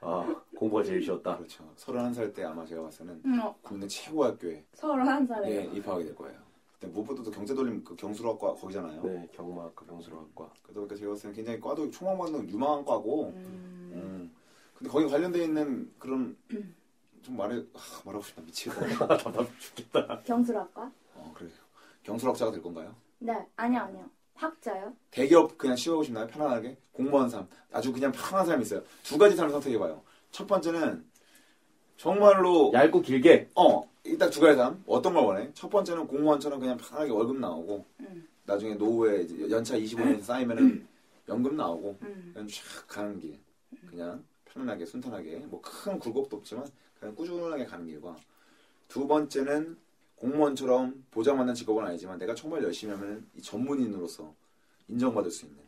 아 공부가 제일 쉬웠다. 그렇죠. 31살 때 아마 제가 봐서는 응, 어, 국내 최고 학교에 서울한 살에. 예, 입학하게 될 거예요. 근데 무엇보다도 경제돌림 그 경수로학과 거기잖아요. 네 경마학과 경수로학과. 그러다 보니까 제가 봤을 때는 굉장히 과도 총망받는 유망한 과고 음. 음. 근데 거기 관련돼 있는 그런 좀 말해 아, 말하고 싶다 미치겠다. 아. 경술학과? 어 그래요. 경술학자가 될 건가요? 네, 아니요, 아니요. 학자요? 대기업 그냥 씌워고 싶나요? 편안하게 공무원 삶 아주 그냥 편한 삶이 있어요. 두 가지 삶을 선택해봐요. 첫 번째는 정말로 얇고 길게. 어 일단 두 가지 삶 어떤 걸 원해? 첫 번째는 공무원처럼 그냥 편하게 월급 나오고 음. 나중에 노후에 이제 연차 25년 쌓이면은 연금 나오고 음. 그냥 쫙 가는 길 그냥 편안하게 순탄하게 뭐 큰 굴곡도 없지만 그냥 꾸준하게 가는 길과 두 번째는 공무원처럼 보장받는 직업은 아니지만 내가 정말 열심히 하면 이 전문인으로서 인정받을 수 있는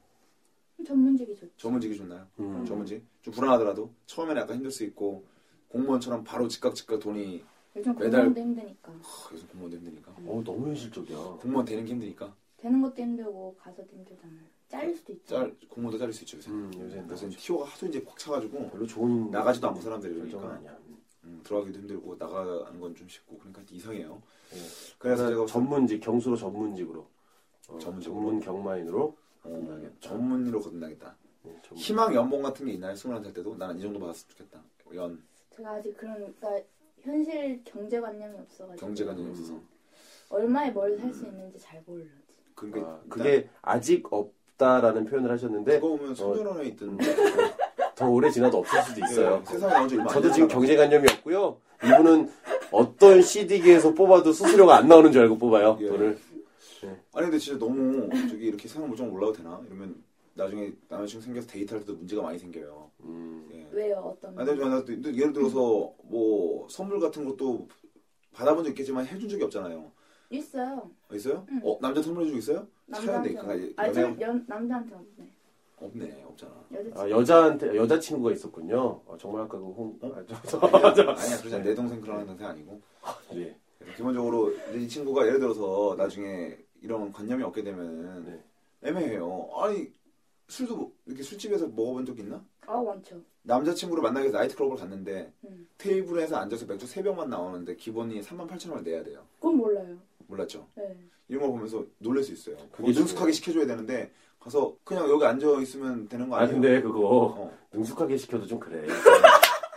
전문직이 좋죠. 전문직이 좋나요? 음. 전문직 좀 불안하더라도 처음에는 약간 힘들 수 있고 공무원처럼 바로 즉각 즉각 돈이 요즘 매달- 공무원도 힘드니까. 하, 요즘 공무원도 힘드니까 어 너무 현실적이야. 공무원 되는 게 힘드니까 되는 것도 힘들고 가서도 힘들잖아요. 잘릴 수도 있죠. 짤 공무원도 자를 수 있죠 요새 음, 요새는 요새 티오가 하도 이제 꽉 차가지고 별로 좋은 나가지도 않고 사람들이 결정은 그러니까. 아니야. 음, 들어가기도 힘들고 나가는 건 좀 쉽고 그러니까 이상해요. 네. 그래서 제가 전문직 경수로 전문직으로 어, 전문직으로. 전문 경마인으로 어, 전문의로 거듭나겠다. 네, 전문- 희망 연봉 같은 게 있나요? 21살 때도 나는 이 정도 받았으면 좋겠다. 연 제가 아직 그런, 그러니까 현실 경제관념이 없어가지고. 음. 경제관념이 음. 없어서. 얼마에 뭘 살 수 있는지 잘 모르지. 그러니까 아, 그게 아직 없다라는 표현을 하셨는데 그거 보면 소년원에 있던 그 더 오래 지나도 없을 수도 음. 있어요. 세상에 나온 네. 지 얼마 안 저도 지금 됐잖아. 경제관념이 없고요. 이분은 어떤 CD기에서 뽑아도 수수료가 안 나오는 줄 알고 뽑아요. 예. 돈을. 아니 근데 진짜 너무 저기 이렇게 생각 무정 올라도 되나? 이러면 나중에 남자친구 생겨서 데이트할 때도 문제가 많이 생겨요. 음, 예. 왜요? 어떤. 아니 근데 나도 또 예를 들어서 뭐 선물 같은 것도 받아본 적 있겠지만 해준 적이 없잖아요. 있어요. 있어요? 응. 어 남자 선물해 주고 있어요? 사연데 남자한테. 그러니까 아, 연애 저, 연, 남자한테 없네. 없네 없잖아. 예. 여자친구. 아, 여자한테 여자친구가 있었군요. 어, 정말 아까 그 홍. 아, 저, 저, 아니야 그러지 않아. 내 동생 그런 동생 아니고 예. 기본적으로 이제 이 친구가 예를 들어서 나중에 이런 관념이 없게 되면 네. 애매해요. 아니 술도 뭐- 이렇게 술집에서 먹어본 적 있나? 아, 원초. 남자친구를 만나기 위해서 나이트클럽을 갔는데 음. 테이블에서 앉아서 맥주 3병만 나오는데 기본이 38,000원을 내야 돼요. 그건 몰라요. 몰랐죠? 네. 이런 걸 보면서 놀랄 수 있어요. 그게 뭐 능숙하게 시켜줘야 되는데 가서 그냥 여기 앉아 있으면 되는 거 아 아니에요? 근데 그거 어. 능숙하게 시켜도 좀 그래.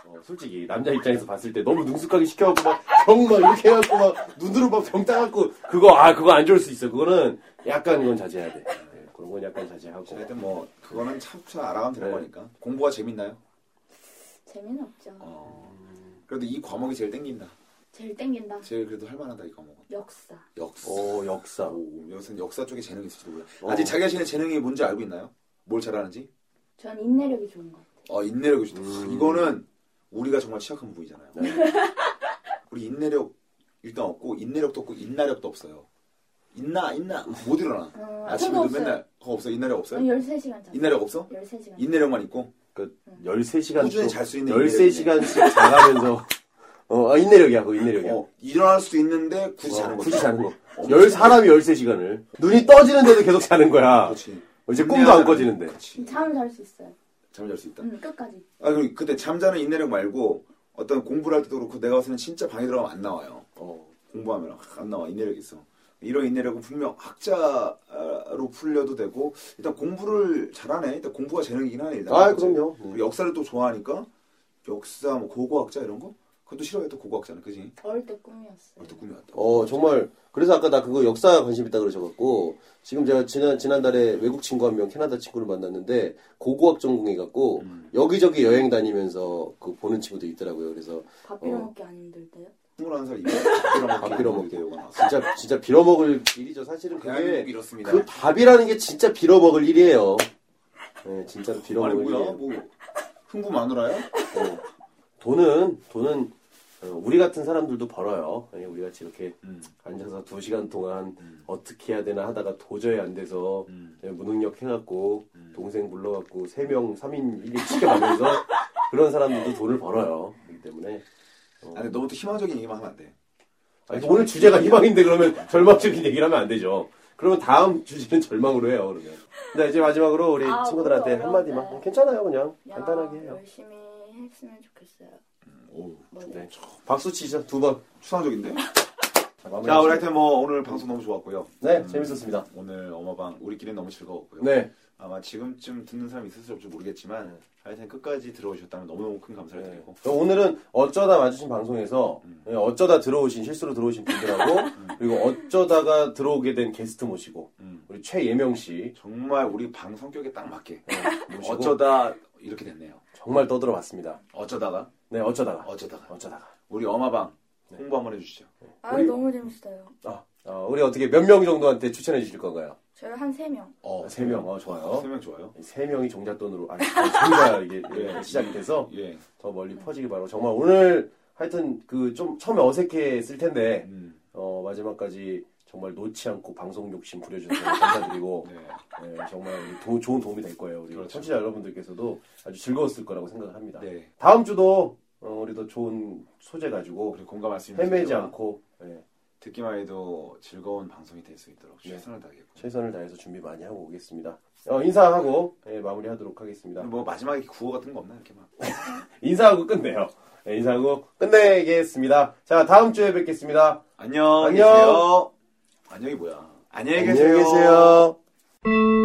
어, 솔직히 남자 입장에서 봤을 때 너무 능숙하게 시켜갖고 막병막 이렇게 해갖고 막 눈으로 막병 따갖고 그거 아 그거 안 좋을 수 있어. 그거는 약간 그건 자제해야 돼. 예, 그런 건 약간 자제하고. 자, 하여튼 뭐 그거는 차차 알아가면 되는 네. 음. 거니까 공부가 재밌나요? 재미는 없죠. 어. 그래도 이 과목이 제일 땡긴다. 제일 땡긴다. 제일 그래도 할만하다 이 과목은. 역사. 역사. 오 역사. 오, 요새는 역사 쪽에 재능이 있을지도 몰라. 어. 아직 자기 자신의 재능이 뭔지 알고 있나요? 뭘 잘하는지? 전 인내력이 좋은 것 같아요. 어, 인내력이 좋다. 음. 이거는 우리가 정말 취약한 부분이잖아요. 네. 우리 인내력 일단 없고 인내력도 없고 인나력도 없어요. 인나 인나 못 일어나. 어, 아침에도 저도 맨날 어, 없어 인나력 없어요? 전 13시간 잤어요. 인나력 없어? 13시간. 인내력만 있고 그 13시간 꾸준히 잘수 있는 13시간씩 자가면서 어, 아, 인내력이야. 그거 인내력이야. 어, 일어날 수도 있는데 굳이 어, 자는 거죠. 굳이 자는 거. 열 사람이 13시간을 눈이 떠지는데도 계속 자는 거야. 그렇지. 이제 꿈도 안 꺼지는데. 그렇지. 음, 잠을 잘 수 있어요. 잠을 잘 수 있다. 응, 끝까지. 아 그리고 그때 잠자는 인내력 말고 어떤 공부를 할 때도 그렇고 내가 봤을 때는 진짜 방에 들어가면 안 나와요. 어. 공부하면 확안 나와 인내력 있어. 이런 인내력은 분명 학자로 풀려도 되고 일단 공부를 잘하네. 일단 공부가 재능이긴 하네. 일단. 아, 그럼요. 그리고 역사를 또 좋아하니까 역사 뭐 고고학자 이런 거 그것도 싫어해 또 고고학자는 그지? 어릴 때 꿈이었어요. 어떤 꿈이 왔다. 어, 정말. 그래서 아까 나 그거 역사 관심 있다 그러셔갖고, 지금 제가 지난, 지난달에 외국 친구 한 명, 캐나다 친구를 만났는데, 고고학 전공해갖고, 음. 여기저기 여행 다니면서 그 보는 친구도 있더라고요. 그래서, 밥 빌어 어. 먹기 안 힘들대요? 21살 밥 이후에 밥 빌어먹기. 빌어먹기 대우가 나왔어. 진짜, 진짜 빌어먹을 일이죠. 사실은 대한민국 그게, 이렇습니다. 그 밥이라는 게 진짜 빌어먹을 일이에요. 네, 진짜로 아니 빌어먹을 뭐야 일이에요. 뭐 흥부 마누라야? 어, 돈은 돈은 어, 우리 같은 사람들도 벌어요. 예, 우리 같이 이렇게 음. 앉아서 두 시간 동안 어떻게 해야 되나 하다가 도저히 안 돼서 예, 무능력 해갖고 동생 불러갖고 세 명 삼인일인 시켜가면서 그런 사람들도 돈을 벌어요. 그렇기 때문에 어. 아니 너무 또 희망적인 얘기만 하면 안 돼. 아니, 오늘 주제가 희망인데 그러면 절망적인 얘기를 하면 안 되죠. 그러면 다음 주제는 절망으로 해요. 그러면. 근데 이제 마지막으로 우리 아, 친구들한테 오늘 한마디만 어려운데. 괜찮아요 그냥 야, 간단하게 해요. 열심히 했으면 좋겠어요. 오 뭐 네. 박수 네, 치죠 두 번. 추상적인데. 마무리. 자, 우리 하여튼 뭐 오늘 방송 너무 좋았고요. 네, 재밌었습니다. 오늘 어마방 우리끼리 너무 즐거웠고요. 네. 아마 지금쯤 듣는 사람이 있을지 없을지 모르겠지만 하여튼 끝까지 들어오셨다면 너무너무 큰 감사를 드리고 네. 음. 그럼 오늘은 어쩌다 마주친 방송에서 예, 어쩌다 들어오신 실수로 들어오신 분들하고 그리고 어쩌다가 들어오게 된 게스트 모시고 음. 우리 최예명 씨 정말 우리 방 성격에 딱 맞게 모시고 네. 어쩌다 이렇게 됐네요. 정말 떠들어봤습니다. 어쩌다가 네, 어쩌다가 어쩌다가 네. 어쩌다가 우리 어마방 홍보 한번 해주시죠. 아 우리- 너무 재밌어요. 아, 어, 우리 어떻게 몇 명 정도한테 추천해 주실 건가요? 저희 한 세 명. 어, 세 명, 어, 좋아요. 세명 좋아요. 세 명이 종잣돈으로 아, 저희가 이게 예. 시작이 돼서 예. 더 멀리 퍼지길 바라고 정말 오늘 하여튼 그 좀 처음에 어색했을 텐데 음, 어, 마지막까지 정말 놓지 않고 방송 욕심 부려주셔서 감사드리고 네. 예, 정말 도- 좋은 도움이 될 거예요. 우리 그렇죠. 청취자 여러분들께서도 아주 즐거웠을 거라고 생각을 합니다. 네. 다음 주도 어, 우리도 좋은 소재 가지고 우리 공감할 수 있는 헤매지 소재와 않고 예, 듣기만 해도 즐거운 방송이 될 수 있도록 최선을 다하겠고 최선을 다해서 준비 많이 하고 오겠습니다. 어, 인사하고 예, 마무리하도록 하겠습니다. 뭐 마지막에 구호 같은 거 없나 이렇게 막 인사하고 끝내요. 예, 인사하고 끝내겠습니다. 자, 다음 주에 뵙겠습니다. 안녕 안녕. 계세요 안녕이 뭐야 안녕히 안녕히 계세요.